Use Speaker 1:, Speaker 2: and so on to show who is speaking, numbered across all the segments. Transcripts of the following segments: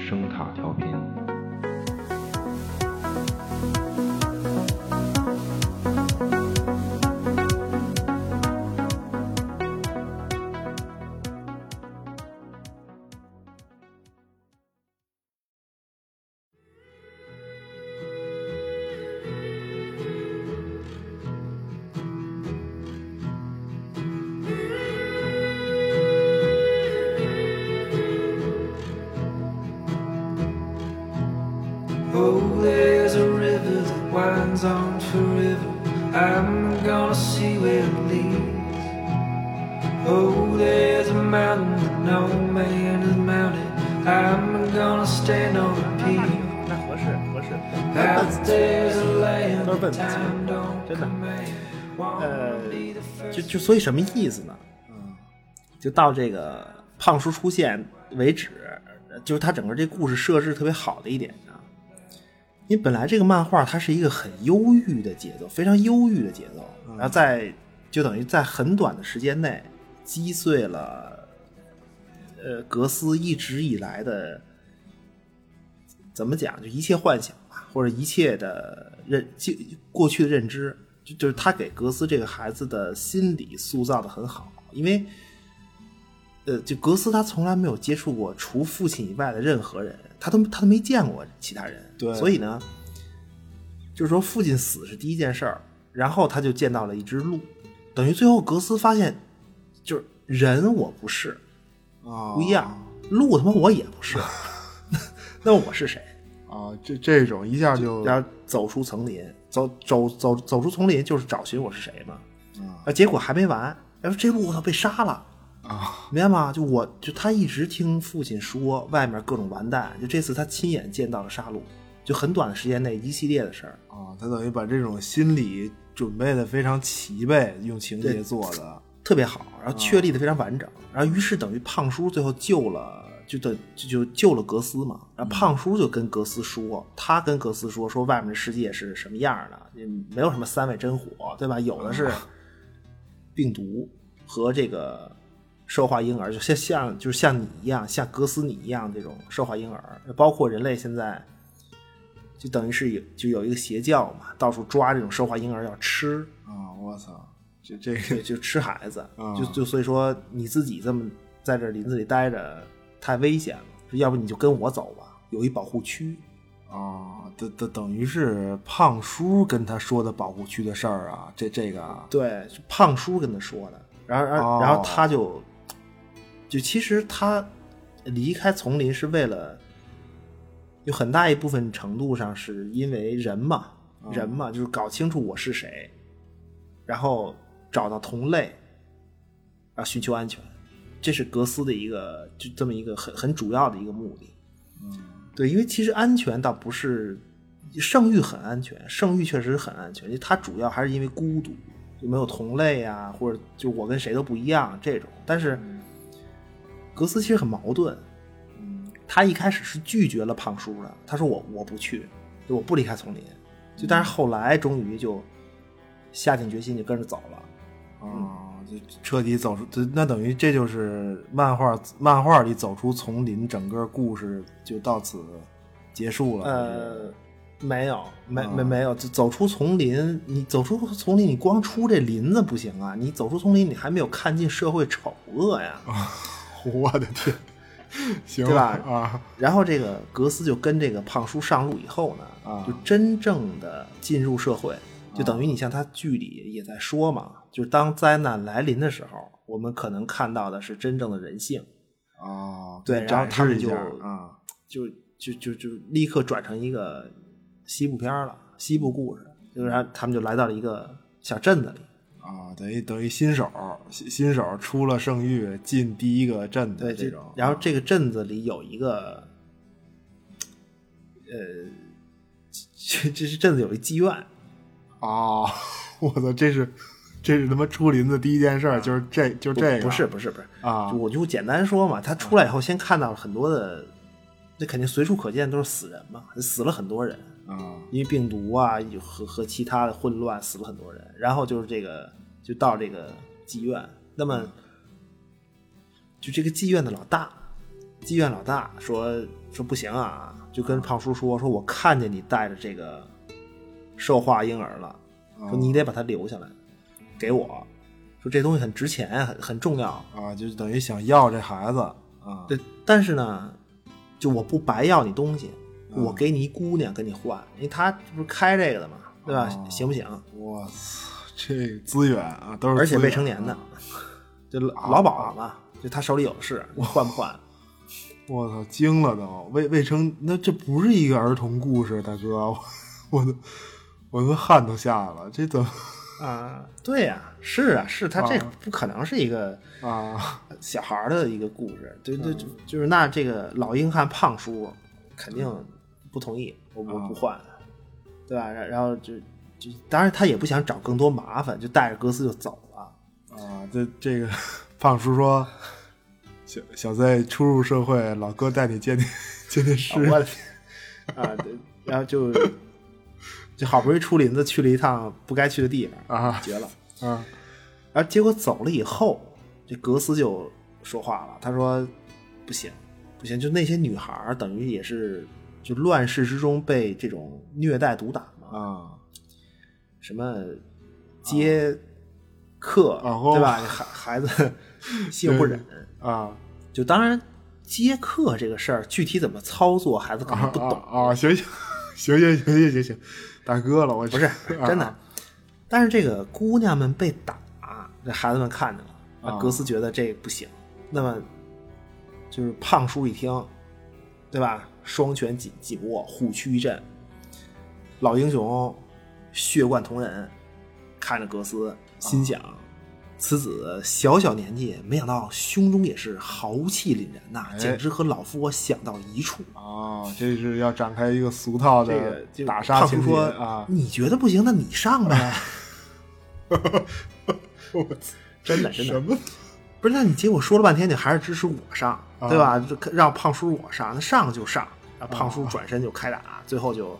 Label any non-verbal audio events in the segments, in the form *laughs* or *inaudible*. Speaker 1: 声塔调频。
Speaker 2: Oh, there's a river that winds on forever. I'm gonna see where it leads. Oh, there's a mountain that no man has mounted. I'm gonna stand on the
Speaker 3: 那那
Speaker 2: peak.
Speaker 3: 嗯那合适合适。
Speaker 2: Out there's a land
Speaker 3: 都是笨
Speaker 2: that
Speaker 3: 子
Speaker 2: time don't
Speaker 3: 真的。
Speaker 2: command.
Speaker 3: 呃
Speaker 2: Wanna be the，first
Speaker 3: 就就所以什么意思呢？嗯，就到这个胖叔出现为止，就是他整个这故事设置特别好的一点呢，因为本来这个漫画它是一个很忧郁的节奏，非常忧郁的节奏，然后在就等于在很短的时间内击碎了，呃，格斯一直以来的怎么讲，就一切幻想吧，或者一切的认就过去的认知，就就是他给格斯这个孩子的心理塑造的很好，因为，呃，就格斯他从来没有接触过除父亲以外的任何人，他都他都没见过其他人，
Speaker 4: 对
Speaker 3: 所以呢，就是说父亲死是第一件事儿，然后他就见到了一只鹿，等于最后格斯发现，就是人我不是，
Speaker 4: 啊，
Speaker 3: 不一样，鹿他妈我也不是，那我是谁？
Speaker 4: 啊，这这种一下就
Speaker 3: 然后走出丛林，走走走走出丛林就是找寻我是谁嘛。
Speaker 4: 啊
Speaker 3: 啊，结果还没完，然后这鹿它被杀了，
Speaker 4: 啊
Speaker 3: 明白吗？就我就他一直听父亲说外面各种完蛋，就这次他亲眼见到了杀戮，就很短的时间内一系列的事儿。
Speaker 4: 啊，他等于把这种心理准备的非常齐备，用情节
Speaker 3: 对
Speaker 4: 做的
Speaker 3: 特别好，然后确立的非常完整，然后于是等于胖叔最后救了，就等就就救了格斯嘛，然后胖叔就跟格斯说，他跟格斯说说外面的世界是什么样的，也没有什么三味真火，对吧？有的是病毒和这个兽化婴儿，就像像就是像你一样，像格斯你一样这种兽化婴儿，包括人类现在。就等于是有就有一个邪教嘛，到处抓这种兽化婴儿要吃，
Speaker 4: 啊，我操，这这
Speaker 3: 对，
Speaker 4: 个
Speaker 3: 就吃孩子，
Speaker 4: 啊
Speaker 3: 就就所以说你自己这么在这林子里待着太危险了，要不你就跟我走吧，有一保护区。
Speaker 4: 啊，等等等于是胖叔跟他说的保护区的事儿啊，这这个啊
Speaker 3: 对，是胖叔跟他说的，然后然后、
Speaker 4: 哦
Speaker 3: 然后他就就其实他离开丛林是为了有很大一部分程度上是因为人嘛，
Speaker 4: 哦
Speaker 3: 人嘛就是搞清楚我是谁，然后找到同类，然后寻求安全，这是格斯的一个就这么一个很很主要的一个目的。对，因为其实安全倒不是圣域很安全，圣域确实很安全，因为它主要还是因为孤独，就没有同类啊，或者就我跟谁都不一样这种。但是格斯其实很矛盾，他一开始是拒绝了胖叔的，他说我我不去，就我不离开丛林。就但是后来终于就下定决心就跟着走了。嗯
Speaker 4: 啊，就彻底走出，这那等于这就是漫画漫画里走出丛林，整个故事就到此结束了。
Speaker 3: 呃，没有，没没没有，就走出丛林，你走出丛林，你光出这林子不行啊！你走出丛林，你还没有看尽社会丑恶呀。
Speaker 4: *laughs* 我的天，行
Speaker 3: 对吧
Speaker 4: 啊，
Speaker 3: 然后这个格斯就跟这个胖叔上路以后呢，
Speaker 4: 啊
Speaker 3: 就真正的进入社会，就等于你像他剧里也在说嘛，就是当灾难来临的时候，我们可能看到的是真正的人性，
Speaker 4: 哦，
Speaker 3: 啊对
Speaker 4: 给
Speaker 3: 然后
Speaker 4: 展
Speaker 3: 他
Speaker 4: 示
Speaker 3: 们
Speaker 4: 一
Speaker 3: 就
Speaker 4: 下啊，
Speaker 3: 就就就就立刻转成一个西部片儿了，西部故事，就然后他们就来到了一个小镇子里。
Speaker 4: 啊，等于等于新手新新手出了圣域进第一个镇的
Speaker 3: 对
Speaker 4: 这
Speaker 3: 这
Speaker 4: 种，
Speaker 3: 然后这个镇子里有一个，呃， *laughs* 这这是镇子有一妓院，
Speaker 4: 哦，我操，这是这是他妈出林子第一件事儿，就是这就是这个
Speaker 3: 不是不是不是
Speaker 4: 啊
Speaker 3: 就我就简单说嘛，他出来以后先看到了很多的，那肯定随处可见都是死人嘛，死了很多人，
Speaker 4: 啊
Speaker 3: 因为病毒啊有和和其他的混乱死了很多人，然后就是这个就到这个妓院，那么就这个妓院的老大妓院老大说说不行啊，就跟胖叔说说我看见你带着这个兽化婴儿了，说你得把它留下来，给我，说这东西很值钱，很很重要。
Speaker 4: 啊，就是等于想要这孩子啊，
Speaker 3: 对，但是呢，就我不白要你东西，
Speaker 4: 嗯
Speaker 3: 我给你一姑娘跟你换，因为他这不是开这个的嘛，对吧？
Speaker 4: 哦
Speaker 3: 行不行？
Speaker 4: 我操，这资源啊都是
Speaker 3: 而且
Speaker 4: 资源
Speaker 3: 未成年的，就老老鸨嘛，就他手里有的是，你换不换？
Speaker 4: 我操，惊了都！未未成，那这不是一个儿童故事，大哥，我我都我都汗都下来了，这怎么
Speaker 3: 啊，对呀、是啊，是他这不可能是一个呃
Speaker 4: 啊？嗯
Speaker 3: 小孩儿的一个故事，对对，就就是那这个老硬汉胖叔肯定不同意，我我
Speaker 4: 嗯啊
Speaker 3: 不换，对吧？然然后就就，当然他也不想找更多麻烦，就带着格斯就走了。
Speaker 4: 啊，这这个胖叔说，小小 Z 初入社会，老哥带你见见见见世
Speaker 3: 啊我的天啊，对然后就就好不容易出林子去了一趟不该去的地方，
Speaker 4: 啊
Speaker 3: 绝了。
Speaker 4: 啊
Speaker 3: 然后结果走了以后，这格斯就说话了，他说：“不行，不行，就那些女孩儿等于也是就乱世之中被这种虐待毒打嘛，
Speaker 4: 啊！
Speaker 3: 什么接客、
Speaker 4: 啊哦
Speaker 3: 对吧？孩孩
Speaker 4: *laughs*
Speaker 3: 子性不忍，
Speaker 4: 啊
Speaker 3: 就当然接客这个事儿具体怎么操作，孩子可能
Speaker 4: 啊
Speaker 3: 不懂。
Speaker 4: 啊！啊行行 *laughs* 行行行行行行，大哥了，我
Speaker 3: 不是真的
Speaker 4: 啊。
Speaker 3: 但是这个姑娘们被打，这孩子们看见了，那
Speaker 4: 啊
Speaker 3: 格斯觉得这不行。那么就是胖叔一听，对吧？双拳紧紧握，虎躯一震。老英雄血贯瞳仁，看着格斯，
Speaker 4: 啊
Speaker 3: 心想：此子小小年纪，没想到胸中也是豪气凛然呐、
Speaker 4: 哎
Speaker 3: 简直和老夫我想到一处。
Speaker 4: 啊，这是要展开一个俗套
Speaker 3: 这个
Speaker 4: 的
Speaker 3: 就
Speaker 4: 打杀
Speaker 3: 胖叔
Speaker 4: 情节
Speaker 3: 说
Speaker 4: *laughs* 啊！
Speaker 3: 你觉得不行，那你上呗。
Speaker 4: *laughs* 我操
Speaker 3: 真的真的
Speaker 4: 什么？
Speaker 3: 不是，那你结果说了半天，你还是支持我上，
Speaker 4: 啊
Speaker 3: 对吧？就让胖叔我上，那上就上。然后胖
Speaker 4: 啊
Speaker 3: 叔转身就开打，最后就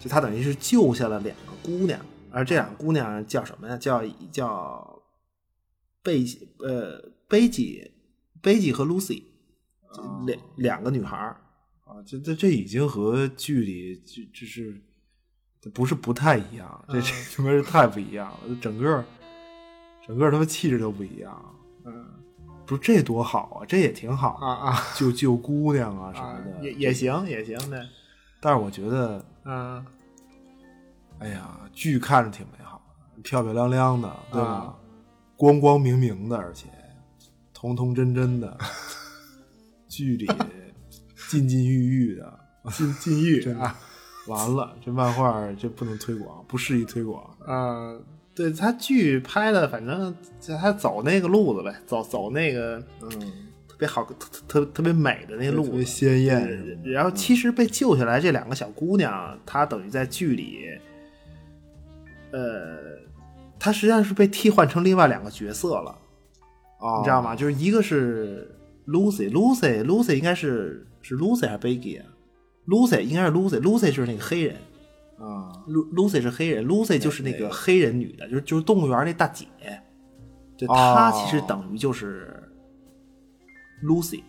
Speaker 3: 就他等于是救下了两个姑娘，而这两个姑娘叫什么呀？叫叫贝吉呃贝吉贝吉和 Lucy，就两两个女孩儿。
Speaker 4: *laughs* 啊，这这这已经和剧里就就是不是不太一样，这这他妈是太不一样了，整个整个他妈气质都不一样。嗯，不是这多好啊，这也挺好啊啊，救救姑娘啊什么的。
Speaker 3: 也行也行呗，
Speaker 4: 但是我觉得，
Speaker 3: 嗯，
Speaker 4: 哎呀，剧看着挺美好的，漂漂亮亮的，对吧？
Speaker 3: 啊
Speaker 4: 光光明明的，而且童童真真
Speaker 3: *laughs*
Speaker 4: 的，剧里禁禁欲欲的。
Speaker 3: 禁禁
Speaker 4: *laughs*
Speaker 3: 欲啊，
Speaker 4: 完了，这漫画儿这不能推广，不适宜推广。
Speaker 3: 啊，对他剧拍的，反正就他走那个路子呗，走走那个
Speaker 4: 嗯，
Speaker 3: 特别好、特特特别美的那
Speaker 4: 特
Speaker 3: 路
Speaker 4: 别啊
Speaker 3: 子。
Speaker 4: 鲜艳
Speaker 3: 对
Speaker 4: 什么的
Speaker 3: 然后其实被救下来这两个小姑娘，她等于在剧里，呃，她实际上是被替换成另外两个角色了，
Speaker 4: 啊，
Speaker 3: 你知道吗？就是一个是 Lucy，Lucy，Lucy 应该是是 Lucy 还是 Baggy 啊？Lucy 应该是 Lucy，Lucy 就是那个黑人，
Speaker 4: 啊，
Speaker 3: Lu Lucy 是黑人，Lucy 就是那个黑人女的，就是就是动物园那大姐，就
Speaker 4: 哦
Speaker 3: 她其实等于就是 Lucy，、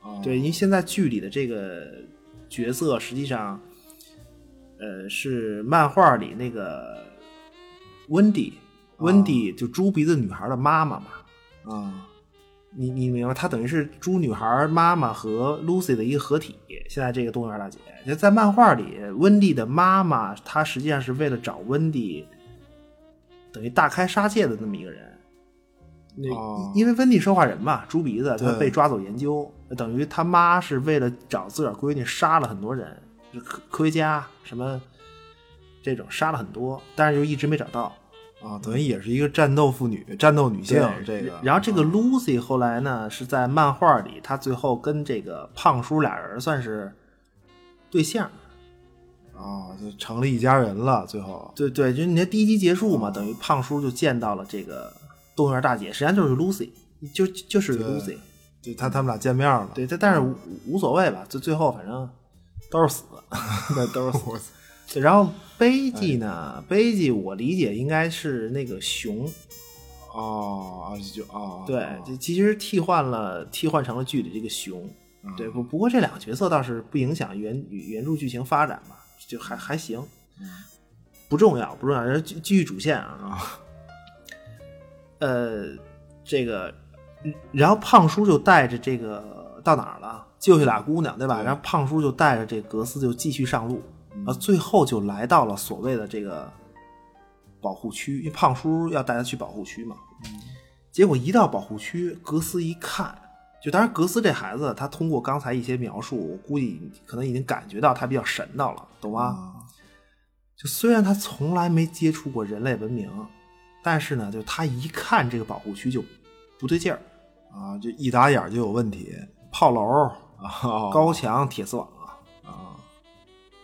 Speaker 4: 啊
Speaker 3: 对，因为现在剧里的这个角色实际上，呃，是漫画里那个 Wendy，Wendy、Wendy 就猪鼻子女孩的妈妈嘛，
Speaker 4: 啊
Speaker 3: 你你明白，她等于是猪女孩妈妈和 Lucy 的一个合体。现在这个动物园大姐，就在漫画里，温蒂的妈妈她实际上是为了找温蒂，等于大开杀戒的这么一个人。那、
Speaker 4: 哦
Speaker 3: 因为温蒂说话人嘛，猪鼻子，她
Speaker 4: 对
Speaker 3: 被抓走研究，等于她妈是为了找自个儿闺女杀了很多人，就科科学家什么这种杀了很多，但是就一直没找到。
Speaker 4: 啊，等于也是一个战斗妇女，战斗女性
Speaker 3: 对
Speaker 4: 这个。嗯
Speaker 3: 然后这个 Lucy 后来呢是在漫画里，她最后跟这个胖叔俩人算是对象。
Speaker 4: 啊，就成了一家人了，最后
Speaker 3: 对对，就是你看第一集结束
Speaker 4: 哦
Speaker 3: 嘛，等于胖叔就见到了这个动物园大姐，实际上就是 Lucy，就就是
Speaker 4: 对嗯
Speaker 3: Lucy。
Speaker 4: 就他他们俩见面了。
Speaker 3: 对，但但是无无所谓吧，最最后反正都是死，
Speaker 4: *laughs*
Speaker 3: 那都是死。
Speaker 4: 哎
Speaker 3: 对然后贝基呢？贝基我理解应该是那个熊，
Speaker 4: 哦，啊就哦，
Speaker 3: 对
Speaker 4: 哦，
Speaker 3: 这其实替换了，替换成了剧里这个熊。
Speaker 4: 嗯
Speaker 3: 对，不不过这两个角色倒是不影响原原著剧情发展吧，就还还行，
Speaker 4: 嗯
Speaker 3: 不重要不重要，人继继续主线啊。呃，这个，嗯然后胖叔就带着这个到哪儿了？救下俩姑娘，对吧？
Speaker 4: 对嗯
Speaker 3: 然后胖叔就带着这格斯就继续上路，啊，最后就来到了所谓的这个保护区，因为胖叔要带他去保护区嘛。结果一到保护区，格斯一看，就当然格斯这孩子，他通过刚才一些描述，我估计可能已经感觉到他比较神道了，懂吗？就虽然他从来没接触过人类文明，但是呢，就他一看这个保护区就不对劲儿，
Speaker 4: 啊，就一打眼儿就有问题， *laughs*
Speaker 3: 炮楼、
Speaker 4: 啊，
Speaker 3: 高墙、铁丝网啊，
Speaker 4: 啊，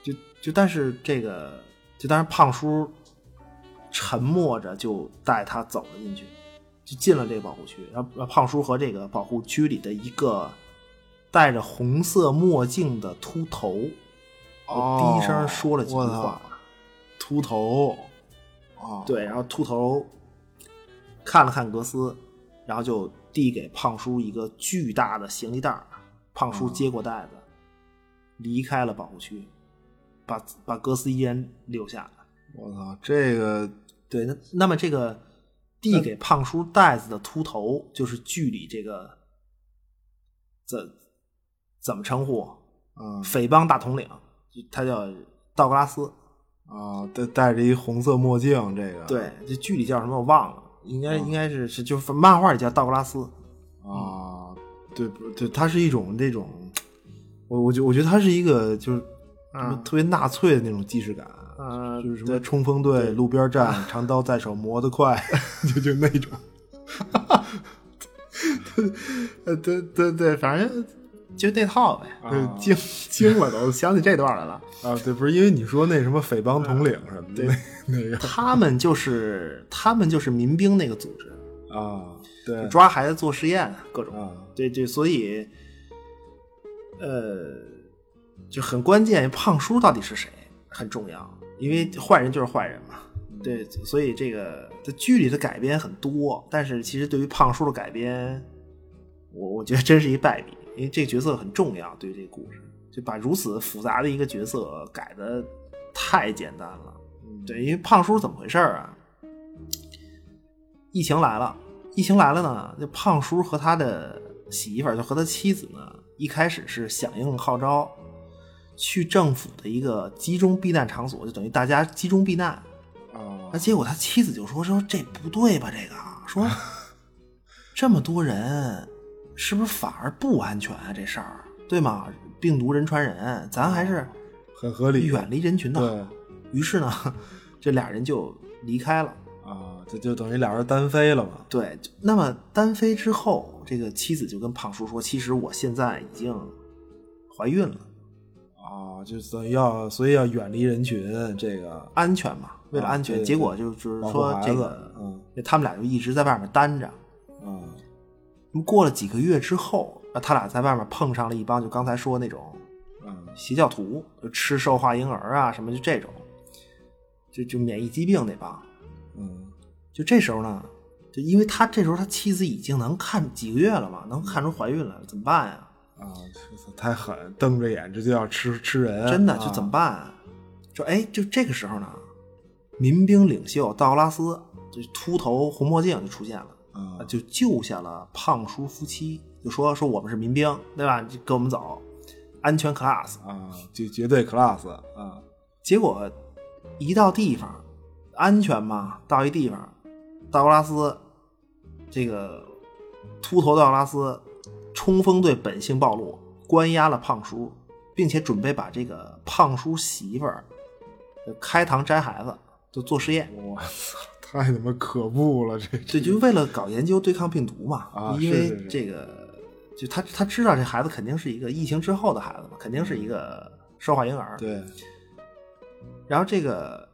Speaker 3: 就就但是这个，就当然胖叔沉默着就带他走了进去，就进了这个保护区。然后然后胖叔和这个保护区里的一个戴着红色墨镜的秃头，
Speaker 4: 哦
Speaker 3: 我低声说了几句
Speaker 4: 我操
Speaker 3: 话。
Speaker 4: 秃头，啊，，
Speaker 3: 对，然后秃头看了看格斯，然后就递给胖叔一个巨大的行李袋儿，胖叔接过袋子，离开了保护区，把把格斯一人留下。
Speaker 4: 我操，这个
Speaker 3: 对，那那么这个递给胖叔袋子的秃头，就是剧里这个怎怎么称呼？呃
Speaker 4: 啊
Speaker 3: 匪帮大统领，他叫道格拉斯。
Speaker 4: 啊，戴戴着一红色墨镜，这个
Speaker 3: 对，这剧里叫什么我忘了，应该应该是是就是漫画里叫道格拉斯。嗯
Speaker 4: 啊，对不对，它是一种这种，我我觉我觉得它是一个就是什么
Speaker 3: 嗯
Speaker 4: 特别纳粹的那种既视感。
Speaker 3: 呃
Speaker 4: 就是什么冲锋队、路边站、
Speaker 3: *laughs*
Speaker 4: 长刀在手、磨得快， *laughs* 就就那种， *laughs* 对对对对，反正
Speaker 3: 就那套呗。
Speaker 4: 啊 *laughs*
Speaker 3: 惊惊了都，想起这段来了。
Speaker 4: 啊，对，不是因为你说那什么匪帮统领什么的，那那个
Speaker 3: 他们就是他们就是民兵那个组织，
Speaker 4: 啊，对
Speaker 3: 抓孩子做实验啊各种。
Speaker 4: 啊，
Speaker 3: 对对，所以，呃，就很关键，胖叔到底是谁很重要，因为坏人就是坏人嘛。对，所以这个这剧里的改编很多，但是其实对于胖叔的改编，我我觉得真是一败笔，因为这个角色很重要，对于这个故事，就把如此复杂的一个角色改的太简单了。对，因为胖叔怎么回事儿啊？疫情来了，疫情来了呢，这胖叔和他的媳妇儿，就和他妻子呢，一开始是响应号召，去政府的一个集中避难场所，就等于大家集中避难。
Speaker 4: 啊
Speaker 3: 那结果他妻子就说说这不对吧？这个啊
Speaker 4: *laughs*
Speaker 3: 说这么多人，是不是反而不安全啊？这事儿对吗？病毒人传人，咱还是
Speaker 4: 很合理，
Speaker 3: 远离人群的
Speaker 4: 对
Speaker 3: 好。于是呢，这俩人就离开了。
Speaker 4: 啊，这就等于俩人单飞了嘛，
Speaker 3: 对，那么单飞之后，这个妻子就跟胖叔说：“其实我现在已经怀孕了，
Speaker 4: 啊，就等于要所以要远离人群，这个
Speaker 3: 安全嘛，为了
Speaker 4: 啊
Speaker 3: 安全。
Speaker 4: 对
Speaker 3: 结果就就是
Speaker 4: 保护
Speaker 3: 说
Speaker 4: 孩
Speaker 3: 这
Speaker 4: 子
Speaker 3: 个，
Speaker 4: 嗯
Speaker 3: 他们俩就一直在外面单着。
Speaker 4: 啊
Speaker 3: 那么过了几个月之后，那他俩在外面碰上了一帮就刚才说那种
Speaker 4: 啊
Speaker 3: 邪教徒，就吃兽化婴儿啊什么，就这种，就就免疫疾病那帮。
Speaker 4: 嗯
Speaker 3: 就这时候呢，就因为他这时候他妻子已经能看几个月了嘛，能看出怀孕来了，怎么办呀？
Speaker 4: 啊，这太狠，瞪着眼这就要吃吃人，
Speaker 3: 真的
Speaker 4: 啊
Speaker 3: 就怎么办、啊？就哎，就这个时候呢，民兵领袖道格拉斯这秃头红墨镜就出现了，
Speaker 4: 啊
Speaker 3: 就救下了胖叔夫妻，就说说我们是民兵，对吧？就跟我们走，安全 class。
Speaker 4: 啊，就绝对 class 啊
Speaker 3: 结果一到地方，安全嘛，到一地方，道格拉斯这个秃头道格拉斯冲锋队本性暴露，关押了胖叔，并且准备把这个胖叔媳妇儿就开膛摘孩子，就做实验。
Speaker 4: 我操， *laughs* 太他妈可恶了！这
Speaker 3: 对，就为了搞研究对抗病毒嘛，
Speaker 4: 啊
Speaker 3: 因
Speaker 4: 是是
Speaker 3: 为
Speaker 4: 是
Speaker 3: 这个就他他知道这孩子肯定是一个疫情之后的孩子嘛，肯定是一个受化婴儿。
Speaker 4: 嗯对
Speaker 3: 然后这个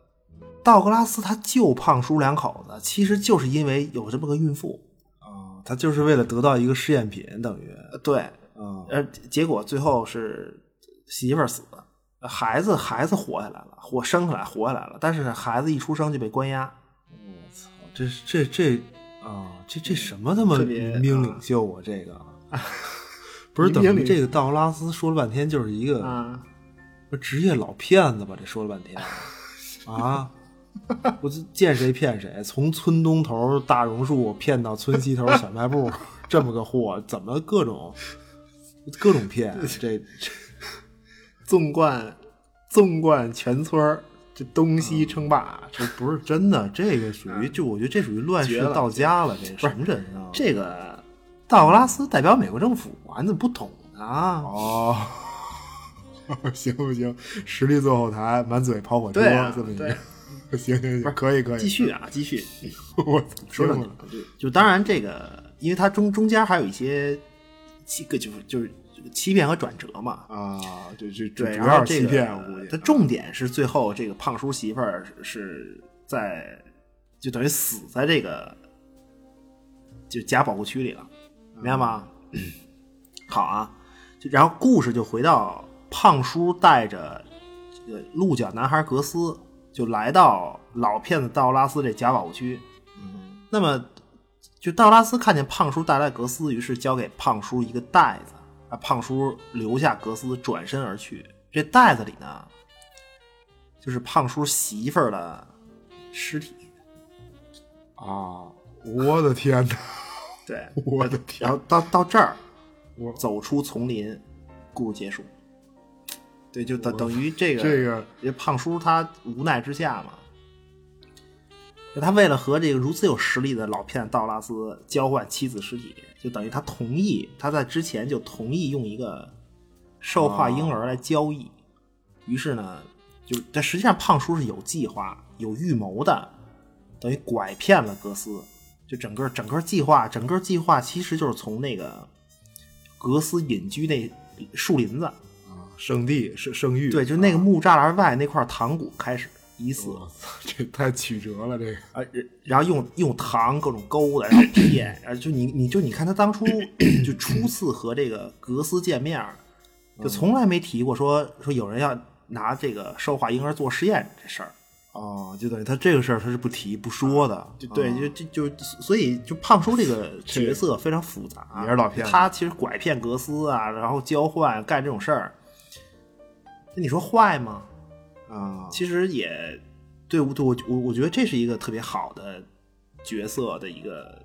Speaker 3: 道格拉斯他救胖叔两口子，其实就是因为有这么个孕妇。
Speaker 4: 啊，他就是为了得到一个试验品，等于
Speaker 3: 呃对，
Speaker 4: 啊
Speaker 3: 呃，结果最后是媳妇儿死了，呃孩子孩子活下来了，活生下来活下来了，但是孩子一出生就被关押。
Speaker 4: 我操，这是这这啊，这这什么他妈
Speaker 3: 嗯特别
Speaker 4: 民兵领袖啊，这个不是
Speaker 3: 民
Speaker 4: 等
Speaker 3: 兵
Speaker 4: 于
Speaker 3: 领
Speaker 4: 这个道格拉斯说了半天就是一个
Speaker 3: 啊，
Speaker 4: 职业老骗子吧？这说
Speaker 3: *laughs*
Speaker 4: 了半天啊，我就见谁骗谁，从村东头大榕树骗到村西头小卖部，这么个货，怎么各种各种骗？啊这这
Speaker 3: 纵贯纵贯全村儿，这东西称霸，这
Speaker 4: 不是真的，这个属于就我觉得这属于乱世
Speaker 3: 嗯绝了
Speaker 4: 到家了，这什么人啊？
Speaker 3: 这个道格拉斯代表美国政府啊，你怎么不懂啊？
Speaker 4: 哦，
Speaker 3: *laughs*
Speaker 4: 行不行？实力坐后台，满嘴跑火车，
Speaker 3: 对啊
Speaker 4: 这么一
Speaker 3: 对啊
Speaker 4: 个， *laughs* 行行行，可以可以，
Speaker 3: 继续啊，继 *laughs* 续。
Speaker 4: 我操，
Speaker 3: 说到
Speaker 4: 听
Speaker 3: 哪
Speaker 4: 了
Speaker 3: 儿了？对，就当然这个，因为它中中间还有一些欺个就是就是欺骗和转折嘛。
Speaker 4: 啊，对，这这
Speaker 3: 对，
Speaker 4: 主
Speaker 3: 然
Speaker 4: 要
Speaker 3: 后
Speaker 4: 是
Speaker 3: 这
Speaker 4: 欺
Speaker 3: 个
Speaker 4: 骗，我估计啊
Speaker 3: 它重点是最后这个胖叔媳妇儿是是在就等于死在这个就假保护区里了，明白吗？
Speaker 4: 嗯
Speaker 3: 好啊，就然后故事就回到胖叔带着这个鹿角男孩格斯就来到老骗子道拉斯这假保护区。那么就道拉斯看见胖叔带来格斯，于是交给胖叔一个袋子，啊，胖叔留下格斯，转身而去。这袋子里呢，就是胖叔媳妇儿的尸体。
Speaker 4: 啊，我的天哪，
Speaker 3: 对，
Speaker 4: 我的天
Speaker 3: 然后到到这儿
Speaker 4: 我，
Speaker 3: 走出丛林，故事结束。对，就等等于这个
Speaker 4: 这个，
Speaker 3: 这胖叔他无奈之下嘛，就他为了和这个如此有实力的老骗道拉斯交换妻子尸体，就等于他同意，他在之前就同意用一个兽
Speaker 4: 啊
Speaker 3: 化婴儿来交易。于是呢，就但实际上胖叔是有计划、有预谋的，等于拐骗了格斯。就整个整个计划，整个计划其实就是从那个格斯隐居那树林子，啊
Speaker 4: 啊，圣地圣圣域，啊
Speaker 3: 对，就那个木栅栏外那块糖果开始疑似，
Speaker 4: 我操，这太曲折了，这个
Speaker 3: 啊，然然后用用糖各种勾搭，然后骗，然后就你你就你看他当 *clears throat* 初就初次和这个格斯见面儿，就从来没提过说说有人要拿这个兽化婴儿做实验这事儿，哦
Speaker 4: 啊，就等于他这个事儿他是不提不说的，
Speaker 3: 啊
Speaker 4: 啊
Speaker 3: 就对，就就就所以就胖叔这个角色非常复杂，
Speaker 4: 也是老骗子
Speaker 3: 他其实拐骗格斯啊，然后交换干这种事儿，那你说坏吗？
Speaker 4: 啊，
Speaker 3: 其实也对我对我我我觉得这是一个特别好的角色的一个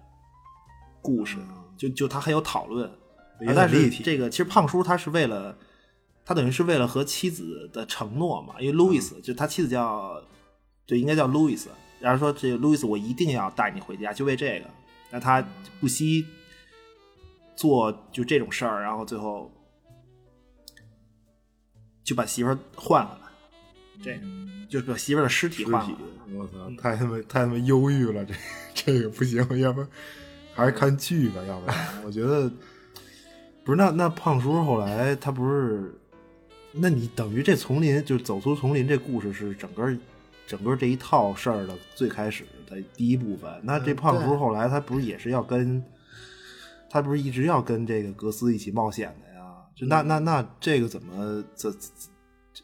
Speaker 3: 故事，就就他很有讨论，
Speaker 4: 嗯
Speaker 3: 啊
Speaker 4: 也很
Speaker 3: 但
Speaker 4: 立
Speaker 3: 是
Speaker 4: 体
Speaker 3: 这个其实胖叔他是为了他等于是为了和妻子的承诺嘛，
Speaker 4: 嗯
Speaker 3: 因为 Louis、就他妻子叫对应该叫 Louis，然后说这个 Louis 我一定要带你回家，就为这个，但他
Speaker 4: 嗯
Speaker 3: 不惜做就这种事儿，然后最后就把媳妇儿换回来。这个就是把媳妇儿的尸体
Speaker 4: 嗯尸
Speaker 3: 换
Speaker 4: 体
Speaker 3: 了。，嗯
Speaker 4: 我操，太他妈太他妈忧郁了，这这个不行，要不然还是看剧吧，要不然我觉得不是那那胖叔后来他不是，那你等于这丛林就走出丛林这故事是整个整个这一套事儿的最开始的第一部分，那这胖
Speaker 3: 对
Speaker 4: 叔后来他不是也是要跟他不是一直要跟这个格斯一起冒险的呀？就那那那这个怎么怎怎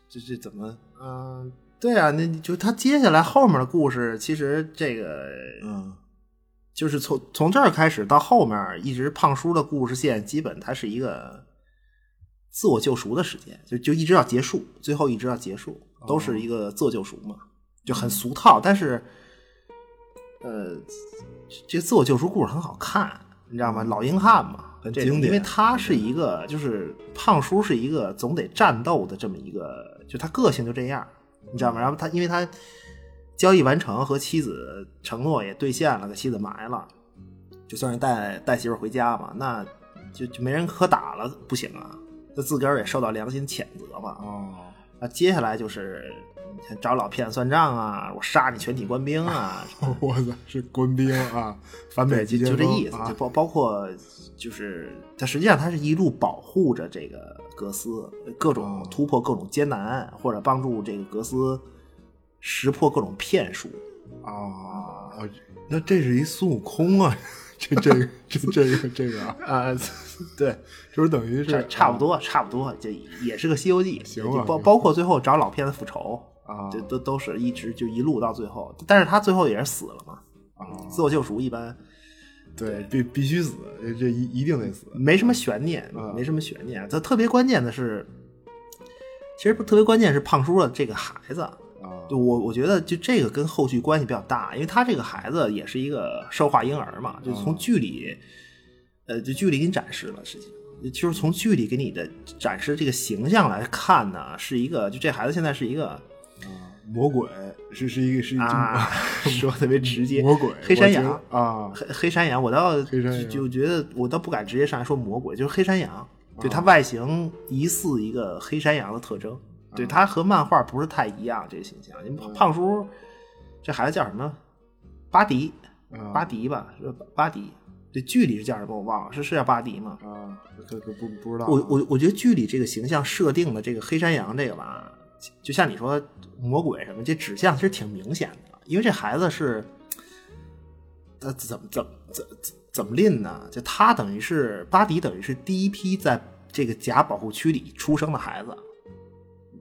Speaker 4: 这这这怎么
Speaker 3: 嗯，对啊，那就他接下来后面的故事，其实这个
Speaker 4: 嗯？
Speaker 3: 就是从从这儿开始到后面，一直胖叔的故事线，基本它是一个自我救赎的时间，就就一直到结束，最后一直到结束，都是一个自我救赎嘛，就很俗套，但是，呃，这自我救赎故事很好看，你知道吗？老硬汉嘛，
Speaker 4: 很
Speaker 3: 这种
Speaker 4: 经典
Speaker 3: 因为他是一个就是胖叔是一个总得战斗的这么一个，就他个性就这样，你知道吗？然后他因为他交易完成和妻子承诺也兑现了，给妻子埋了，就算是带带媳妇儿回家嘛，那就就没人可打了，不行啊，他自个儿也受到良心谴责嘛。
Speaker 4: 哦，
Speaker 3: 啊，接下来就是找老骗子算账啊，我杀你全体官兵啊，
Speaker 4: *laughs* 我操，是官兵啊，反
Speaker 3: 对，
Speaker 4: 美
Speaker 3: 就
Speaker 4: 极
Speaker 3: 就
Speaker 4: 限
Speaker 3: 这
Speaker 4: 风
Speaker 3: 意思，就
Speaker 4: 啊
Speaker 3: 包包括就是他实际上他是一路保护着这个格斯，各种
Speaker 4: 哦
Speaker 3: 突破各种艰难，或者帮助这个格斯识破各种骗术。
Speaker 4: 啊！哦那这是一孙悟空啊，这这个这这个这个啊，
Speaker 3: *laughs*
Speaker 4: *laughs*
Speaker 3: 啊，对，
Speaker 4: 就是等于
Speaker 3: 差
Speaker 4: 是啊
Speaker 3: 差不多，差不多，这也是个《西游记》
Speaker 4: 行
Speaker 3: 就
Speaker 4: 吧
Speaker 3: 包
Speaker 4: 行
Speaker 3: 包括最后找老骗子复仇，
Speaker 4: 啊
Speaker 3: 这都都是一直就一路到最后，但是他最后也是死了嘛，
Speaker 4: 啊
Speaker 3: 自我救赎一般
Speaker 4: 对，必必须死，这这一一定得死。
Speaker 3: 没什么悬念
Speaker 4: 啊，
Speaker 3: 没什么悬念。它特别关键的是，其实特别关键是胖叔的这个孩子，
Speaker 4: 啊，
Speaker 3: 就我我觉得就这个跟后续关系比较大，因为他这个孩子也是一个兽化婴儿
Speaker 4: 嗯
Speaker 3: 嘛，就从剧里，呃，就剧里给你展示了事情。就是从剧里给你的展示这个形象来看呢，是一个就这孩子现在是一个
Speaker 4: 啊魔鬼是是一个是一 *laughs*
Speaker 3: 啊，说得特别直接，
Speaker 4: 魔鬼
Speaker 3: 黑山
Speaker 4: 我觉
Speaker 3: 羊
Speaker 4: 得啊，
Speaker 3: 黑黑山羊，我倒
Speaker 4: 黑山羊啊
Speaker 3: 就觉得我倒不敢直接上来说魔鬼，就是黑山羊，对它外形疑似一个黑山羊的特征，
Speaker 4: 啊
Speaker 3: 对它和漫画不是太一样这个形象。你胖胖叔这孩子叫什么？巴迪，
Speaker 4: 啊
Speaker 3: 巴迪吧，是吧巴迪。这剧里是叫什么我忘了，是是叫巴迪吗？
Speaker 4: 啊，这个不不知道啊，
Speaker 3: 我我我觉得剧里这个形象设定的这个黑山羊这个吧，就像你说魔鬼什么，这指向其实挺明显的，因为这孩子是，他怎么怎么怎怎怎么拎呢？就他等于是巴迪，等于是第一批在这个假保护区里出生的孩子，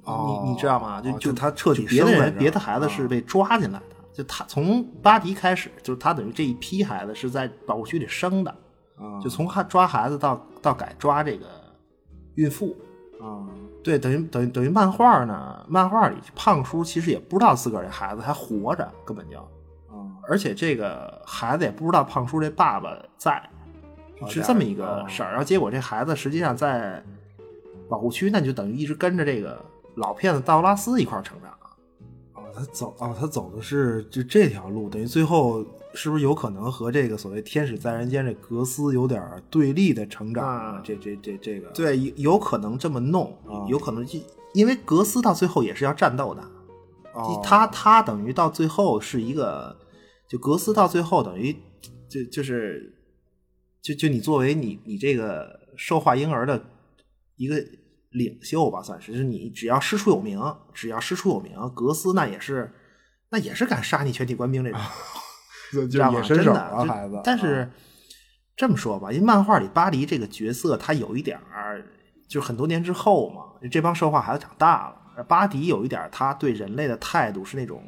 Speaker 4: 哦
Speaker 3: 你你知道吗？就、
Speaker 4: 哦
Speaker 3: 就
Speaker 4: 就他彻底
Speaker 3: 别的
Speaker 4: 生在
Speaker 3: 人
Speaker 4: 这儿
Speaker 3: 别的孩子
Speaker 4: 啊
Speaker 3: 是被抓进来的，就他从巴迪开始，就是他等于这一批孩子是在保护区里生的。
Speaker 4: 啊
Speaker 3: 就从孩抓孩子到到改抓这个孕妇，
Speaker 4: 啊
Speaker 3: 对，等于等于等于漫画呢，漫画里胖叔其实也不知道自个儿这孩子还活着，根本就，
Speaker 4: 啊
Speaker 3: 而且这个孩子也不知道胖叔这爸爸在，
Speaker 4: 哦
Speaker 3: 是
Speaker 4: 这样
Speaker 3: 这么一个
Speaker 4: 哦
Speaker 3: 事儿。然后结果这孩子实际上在保护区，那你就等于一直跟着这个老骗子道拉斯一块儿成长。
Speaker 4: 啊，他走啊，他走的是就这条路，等于最后是不是有可能和这个所谓天使在人间这格斯有点儿对立的成长
Speaker 3: 啊
Speaker 4: 这这这这个
Speaker 3: 对，有有可能这么弄
Speaker 4: 啊，
Speaker 3: 有可能就因为格斯到最后也是要战斗的，
Speaker 4: 哦
Speaker 3: 他他等于到最后是一个，就格斯到最后等于就就是就就你作为你你这个兽化婴儿的一个领袖吧，算是，就是你只要师出有名，只要师出有名，格斯那也是那也是敢杀你全体官兵这种，
Speaker 4: 就
Speaker 3: 知道
Speaker 4: 就
Speaker 3: 吗？
Speaker 4: 野
Speaker 3: 真
Speaker 4: 生手
Speaker 3: 的
Speaker 4: 啊，
Speaker 3: 就
Speaker 4: 孩子。
Speaker 3: 但
Speaker 4: 啊
Speaker 3: 是这么说吧，因为漫画里巴黎这个角色，他有一点儿，就是很多年之后嘛，这帮兽化孩子长大了，而巴迪有一点儿他对人类的态度是那种，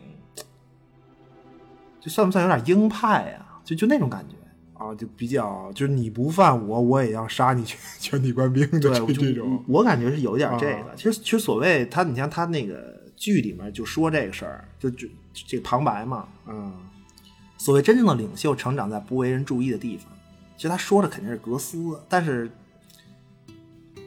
Speaker 3: 就算不算有点鹰派啊？就就那种感觉。
Speaker 4: 啊，就比较就是你不犯我，我也要杀 *laughs* 你全全体官兵的
Speaker 3: 对，
Speaker 4: 就
Speaker 3: 我就
Speaker 4: 这种
Speaker 3: 我感觉是有一点这个。
Speaker 4: 啊
Speaker 3: 其实其实所谓他，你像他那个剧里面就说这个事儿，就就这个旁白嘛，
Speaker 4: 嗯
Speaker 3: 所谓真正的领袖成长在不为人注意的地方。其实他说的肯定是格斯，但是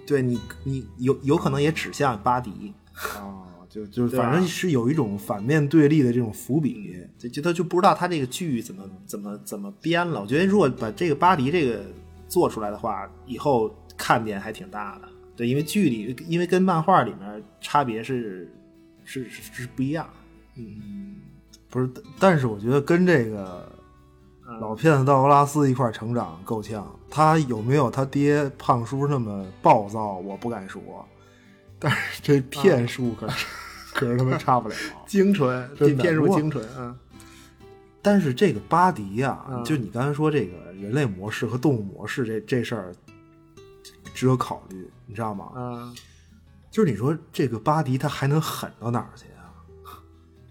Speaker 3: 对你你有有可能也指向巴迪，
Speaker 4: 啊，就就
Speaker 3: 对吧
Speaker 4: 反正是有一种反面对立的这种伏笔
Speaker 3: 就就他就不知道他这个剧怎么怎么怎么编了。我觉得如果把这个巴迪这个做出来的话，以后看点还挺大的。对，因为剧里因为跟漫画里面差别是是是是不一样。嗯
Speaker 4: 不是，但但是我觉得跟这个
Speaker 3: 嗯
Speaker 4: 老骗子道格拉斯一块儿成长够呛。啊他有没有他爹胖叔那么暴躁，我不敢说。但是这骗术可
Speaker 3: *laughs*
Speaker 4: 是、可是他妈差不了。
Speaker 3: 啊精纯，
Speaker 4: 真
Speaker 3: 这
Speaker 4: 的
Speaker 3: 片是
Speaker 4: 不过
Speaker 3: 精纯啊。
Speaker 4: 但是这个巴迪呀、
Speaker 3: 嗯
Speaker 4: 就你刚才说这个人类模式和动物模式这这事儿，值得考虑，你知道吗？
Speaker 3: 嗯，
Speaker 4: 就是你说这个巴迪他还能狠到哪儿去啊？
Speaker 3: 嗯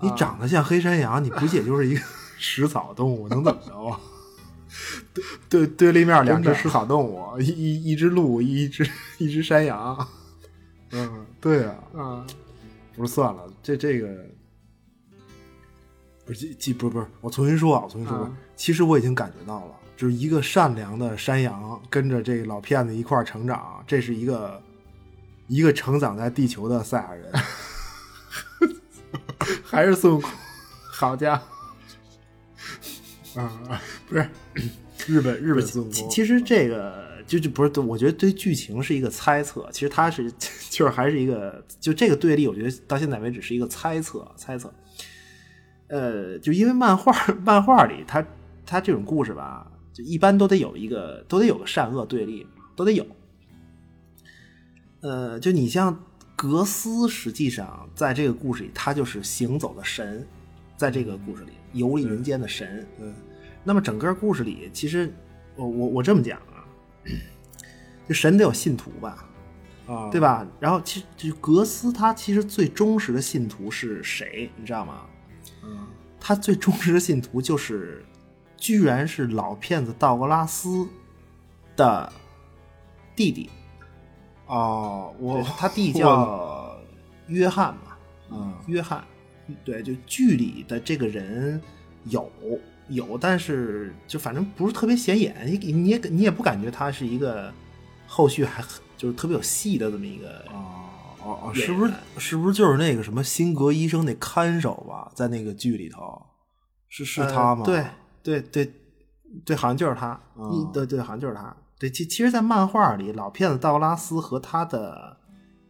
Speaker 4: 你长得像黑山羊，你不也就是一个食草动物，能怎么
Speaker 3: *laughs*
Speaker 4: 着啊？对对，对立面两只食草动物，一一一只鹿，一只一只山羊。嗯，对啊，
Speaker 3: 啊，
Speaker 4: 不是算了，这这个不是记记不是不是，我重新说啊，我重新说，
Speaker 3: 嗯
Speaker 4: 其实我已经感觉到了，就是一个善良的山羊跟着这个老骗子一块儿成长，啊这是一个一个成长在地球的赛亚人， *laughs* 还是孙悟空，好家伙！啊，不是日本日本孙悟
Speaker 3: 其
Speaker 4: 空，
Speaker 3: 其实这个就就不是，我觉得对剧情是一个猜测。其实它是 *laughs* 就是还是一个，就这个对立，我觉得到现在为止是一个猜测，猜测。呃，就因为漫画漫画里它它这种故事吧，就一般都得有一个都得有个善恶对立，都得有。呃，就你像格斯，实际上在这个故事里，他就是行走的神，在这个故事里游历人间的神。
Speaker 4: 嗯，
Speaker 3: 那么整个故事里，其实我我我这么讲啊， *coughs* 就神得有信徒吧，
Speaker 4: 啊，
Speaker 3: 对吧？然后其实就格斯他其实最忠实的信徒是谁，你知道吗？
Speaker 4: 嗯
Speaker 3: 他最忠实的信徒就是居然是老骗子道格拉斯的弟弟，
Speaker 4: 哦，我
Speaker 3: 对他弟
Speaker 4: 我
Speaker 3: 叫约翰吧，
Speaker 4: 嗯
Speaker 3: 约翰，对，就剧里的这个人有有，但是就反正不是特别显眼，你你也你也不感觉他是一个后续还很就是特别有戏的这么一个
Speaker 4: 哦哦哦，
Speaker 3: 演
Speaker 4: 是不是
Speaker 3: 员
Speaker 4: 是不是就是那个什么辛格医生那看守吧，在那个剧里头，是是他吗？
Speaker 3: 呃对对对对，好像就是他。
Speaker 4: 嗯
Speaker 3: 一对对，好像就是他。对，其其实，在漫画里，老骗子道格拉斯和他的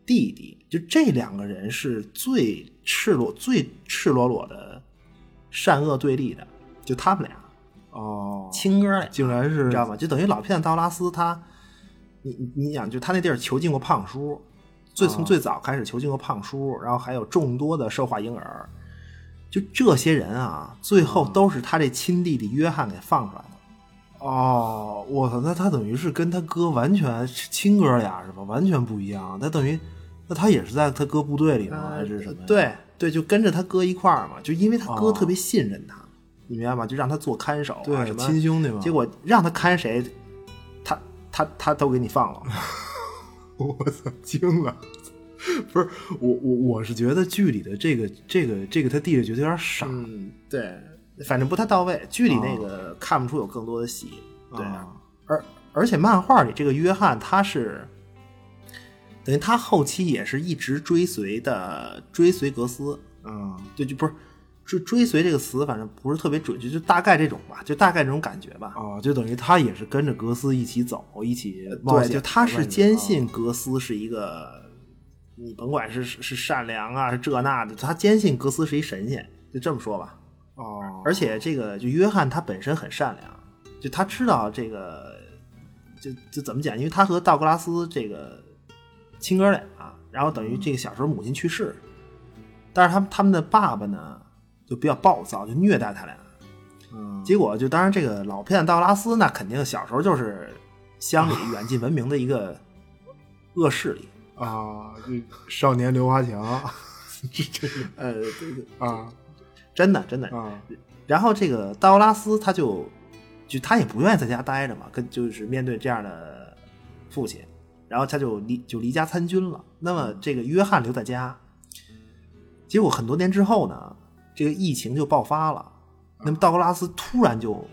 Speaker 3: 弟弟，就这两个人是最赤裸、最赤裸裸的善恶对立的，就他们俩
Speaker 4: 哦，
Speaker 3: 亲哥俩，
Speaker 4: 竟然是
Speaker 3: 你知道吗？就等于老骗子道格拉斯他，你你你想，就他那地儿囚禁过胖叔，最从
Speaker 4: 啊
Speaker 3: 最早开始囚禁过胖叔，然后还有众多的兽化婴儿，就这些人啊，最后都是他这亲弟弟约翰给放出来的。
Speaker 4: 哦，我操，那他等于是跟他哥完全亲哥俩是吧？完全不一样，那等于那他也是在他哥部队里吗？还是什么呀？
Speaker 3: 呃对对，就跟着他哥一块儿嘛，就因为他哥
Speaker 4: 哦
Speaker 3: 特别信任他，你明白吗？就让他做看守啊什
Speaker 4: 对，
Speaker 3: 么
Speaker 4: 亲兄弟嘛。
Speaker 3: 结果让他看谁，他他他都给你放了。
Speaker 4: *laughs* 我操，惊了！不是我我我是觉得剧里的这个这个这个他弟弟觉得有点傻，
Speaker 3: 嗯，对，哦反正不太到位。剧里那个看不出有更多的戏，对。
Speaker 4: 啊
Speaker 3: 而而且漫画里这个约翰他是，等于他后期也是一直追随的，追随格斯，
Speaker 4: 嗯
Speaker 3: 对，就不是追追随这个词，反正不是特别准确，就大概这种吧，就大概这种感觉吧。
Speaker 4: 哦，就等于他也是跟着格斯一起走，一起冒
Speaker 3: 呃对，
Speaker 4: 险。
Speaker 3: 就他是
Speaker 4: 外面
Speaker 3: 坚
Speaker 4: 啊
Speaker 3: 信格斯是一个，你甭管是是是善良啊，是这那的，他坚信格斯是一神仙，就这么说吧。
Speaker 4: 哦，
Speaker 3: 而且这个就约翰他本身很善良，就他知道这个，就就怎么讲？因为他和道格拉斯这个亲哥俩、然后等于这个小时候母亲去世，但是他们他们的爸爸呢就比较暴躁，就虐待他俩。
Speaker 4: 嗯
Speaker 3: 结果就当然这个老骗道格拉斯那肯定小时候就是乡里远近闻名的一个恶势力，
Speaker 4: 啊，这少年刘
Speaker 3: *laughs*
Speaker 4: 华强
Speaker 3: 呃，对对
Speaker 4: 啊
Speaker 3: 真的真的
Speaker 4: 啊
Speaker 3: 然后这个道格拉斯他就就他也不愿意在家待着嘛，跟就是面对这样的父亲，然后他就离就离家参军了。那么这个约翰留在家，结果很多年之后呢，这个疫情就爆发了。那么道格拉斯突然就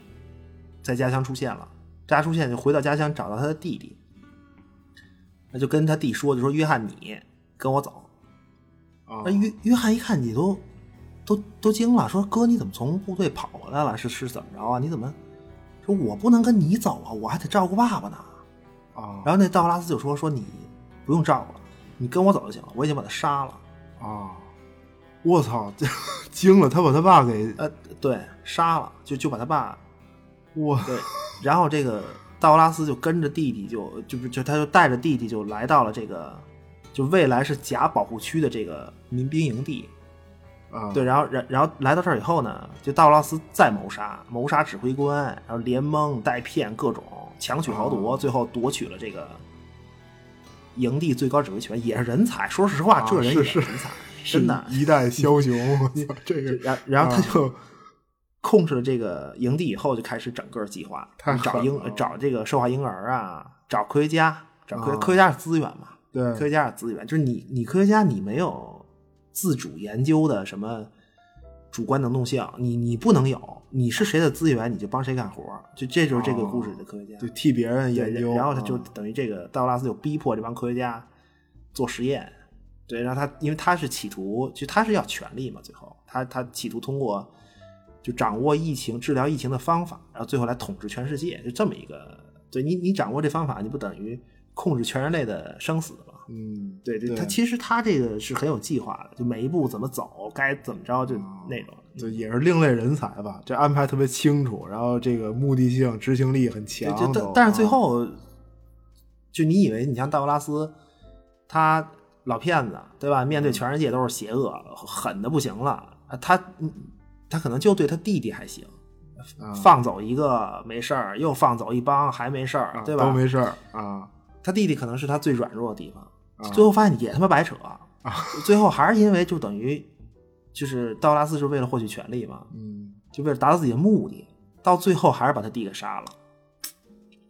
Speaker 3: 在家乡出现了，在家出现就回到家乡找到他的弟弟，那就跟他弟说，就说约翰你跟我走，
Speaker 4: 啊
Speaker 3: 那！哎约约翰一看你都都都惊了，说哥你怎么从部队跑回来了？是是怎么着啊？你怎么说我不能跟你走啊？我还得照顾爸爸呢。
Speaker 4: 啊
Speaker 3: 然后那道格拉斯就说说你不用照顾了，你跟我走就行了，我已经把他杀了。
Speaker 4: 啊！我操，这 *laughs* 惊了！他把他爸给
Speaker 3: 呃，对，杀了就就把他爸
Speaker 4: 我
Speaker 3: 对，然后这个道格拉斯就跟着弟弟就就就他就带着弟弟就来到了这个就未来是假保护区的这个民兵营地。
Speaker 4: 啊
Speaker 3: 对，然后然然后来到这儿以后呢，就道格拉斯再谋杀，谋杀指挥官，然后联盟带骗各种强取豪夺，
Speaker 4: 哦
Speaker 3: 最后夺取了这个营地最高指挥权，也是人才。说实话，
Speaker 4: 啊
Speaker 3: 这人
Speaker 4: 是
Speaker 3: 也
Speaker 4: 是
Speaker 3: 人才，
Speaker 4: 是
Speaker 3: 真的。
Speaker 4: 一代枭雄！我操，这个
Speaker 3: 然然后他
Speaker 4: 啊
Speaker 3: 就控制了这个营地以后，就开始整个计划
Speaker 4: 太，狠
Speaker 3: 找婴
Speaker 4: 了
Speaker 3: 找这个兽化婴儿啊，找科学家，找科、
Speaker 4: 啊
Speaker 3: 科学家是资源嘛，科学
Speaker 4: 对
Speaker 3: 家的资源，就是你你科学家你没有自主研究的什么主观能动性，你你不能有，你是谁的资源你就帮谁干活儿，就这就是这个故事的科学家。
Speaker 4: 就替别人
Speaker 3: 哦对
Speaker 4: 研究，
Speaker 3: 然后他就
Speaker 4: 啊
Speaker 3: 等于这个道格拉斯就逼迫这帮科学家做实验，对，然后他因为他是企图，就他是要权力嘛，最后他他企图通过就掌握疫情治疗疫情的方法，然后最后来统治全世界，就这么一个，对你你掌握这方法，你不等于控制全人类的生死吗？
Speaker 4: 嗯，
Speaker 3: 对对，
Speaker 4: 对
Speaker 3: 他其实他这个是很有计划的，就每一步怎么走，该怎么着，就
Speaker 4: 嗯
Speaker 3: 那种。
Speaker 4: 就也是另类人才吧，这安排特别清楚，然后这个目的性、执行力很
Speaker 3: 对
Speaker 4: 强
Speaker 3: 就
Speaker 4: 都。
Speaker 3: 但但是最
Speaker 4: 啊
Speaker 3: 后，就你以为你像道格拉斯，他老骗子对吧？面
Speaker 4: 嗯
Speaker 3: 对全世界都是邪恶，狠的不行了。啊他嗯他可能就对他弟弟还行，
Speaker 4: 啊
Speaker 3: 放走一个没事儿，又放走一帮还没事儿
Speaker 4: 啊，
Speaker 3: 对吧？
Speaker 4: 都没事儿啊
Speaker 3: 他弟弟可能是他最软弱的地方。
Speaker 4: 啊
Speaker 3: 最后发现也他妈白扯，最后还是因为就等于就是道格拉斯是为了获取权利嘛，
Speaker 4: 嗯
Speaker 3: 就为了达到自己的目的，到最后还是把他弟给杀了。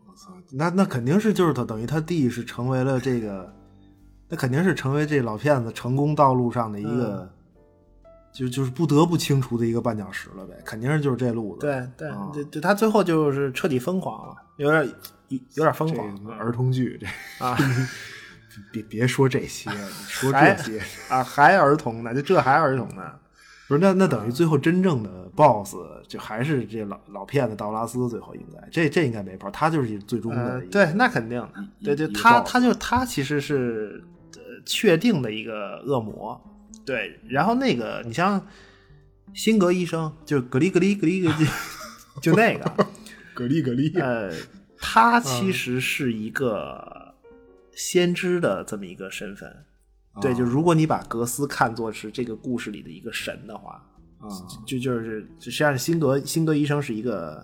Speaker 4: 我操，那那肯定是就是他等于他弟是成为了这个，那肯定是成为这老骗子成功道路上的一
Speaker 3: 嗯
Speaker 4: 个，就就是不得不清除的一个绊脚石了呗，肯定是就是这路子。
Speaker 3: 对对
Speaker 4: 啊，
Speaker 3: 就就他最后就是彻底疯狂了，有点有有点疯
Speaker 4: 这
Speaker 3: 狂
Speaker 4: 个儿童剧，这
Speaker 3: 嗯啊
Speaker 4: *laughs* 别别说这些，你说
Speaker 3: 还
Speaker 4: 这些
Speaker 3: 啊！还儿童呢，就这还儿童呢，
Speaker 4: 不是那那等于最后真正的 BOSS 就还是这老老骗子道拉斯，最后应该这这应该没跑，他就是最终的、
Speaker 3: 嗯，，对，那肯定，对对，
Speaker 4: 一
Speaker 3: 他
Speaker 4: 个
Speaker 3: 他就他其实是呃确定的一个恶魔，对，然后那个你像辛格医生，就是格里格里格里格里， *laughs* 就那
Speaker 4: *laughs*
Speaker 3: 个，
Speaker 4: 蛤蜊蛤蜊
Speaker 3: 呃，他
Speaker 4: 嗯
Speaker 3: 其实是一个先知的这么一个身份，
Speaker 4: 啊
Speaker 3: 对，就如果你把格斯看作是这个故事里的一个神的话，
Speaker 4: 啊
Speaker 3: 就就是就实际上辛格辛格医生是一个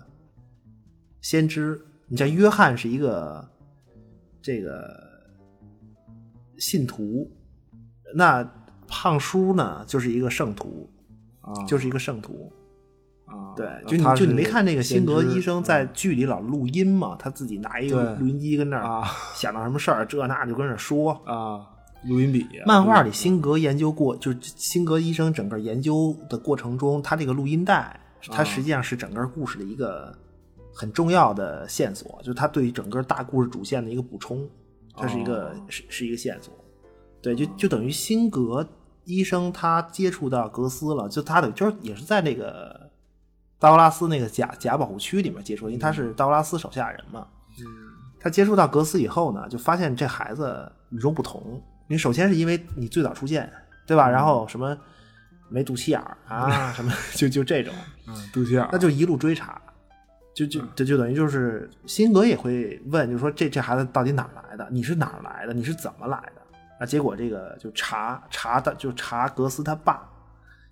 Speaker 3: 先知，你像约翰是一个这个信徒，那胖叔呢就是一个圣徒，
Speaker 4: 啊，
Speaker 3: 就是一个圣徒。
Speaker 4: 啊，
Speaker 3: 对，
Speaker 4: 那
Speaker 3: 就你
Speaker 4: 他
Speaker 3: 就是你没看那个辛格
Speaker 4: 先知嗯
Speaker 3: 医生在剧里老录音嘛，他自己拿一个
Speaker 4: 对
Speaker 3: 录音机跟那儿
Speaker 4: 啊
Speaker 3: 想到什么事儿，这那就跟那儿说。
Speaker 4: 啊录音笔啊，
Speaker 3: 漫画
Speaker 4: 录
Speaker 3: 里辛格研究过，就是辛格医生整个研究的过程中，他这个录音带，它实际上是整个故事的一个很重要的线索，就是他对于整个大故事主线的一个补充，它是一个、是是一个线索。对，就就等于辛格医生他接触到格斯了，就他的就是也是在那个道格拉斯那个假假保护区里面接触的，因为他是道格拉斯手下人嘛。他接触到格斯以后呢，就发现这孩子与众不同。你首先是因为你最早出现，对
Speaker 4: 嗯
Speaker 3: 吧？然后什么没肚脐眼儿
Speaker 4: *laughs*
Speaker 3: 啊，什么就就这种，
Speaker 4: 嗯杜夏，
Speaker 3: 那就一路追查，就就
Speaker 4: 嗯
Speaker 3: 这就等于就是辛格也会问，就是说这这孩子到底哪儿来的？你是哪儿来的？你是怎么来的？啊，结果这个就查查的就查格斯他爸，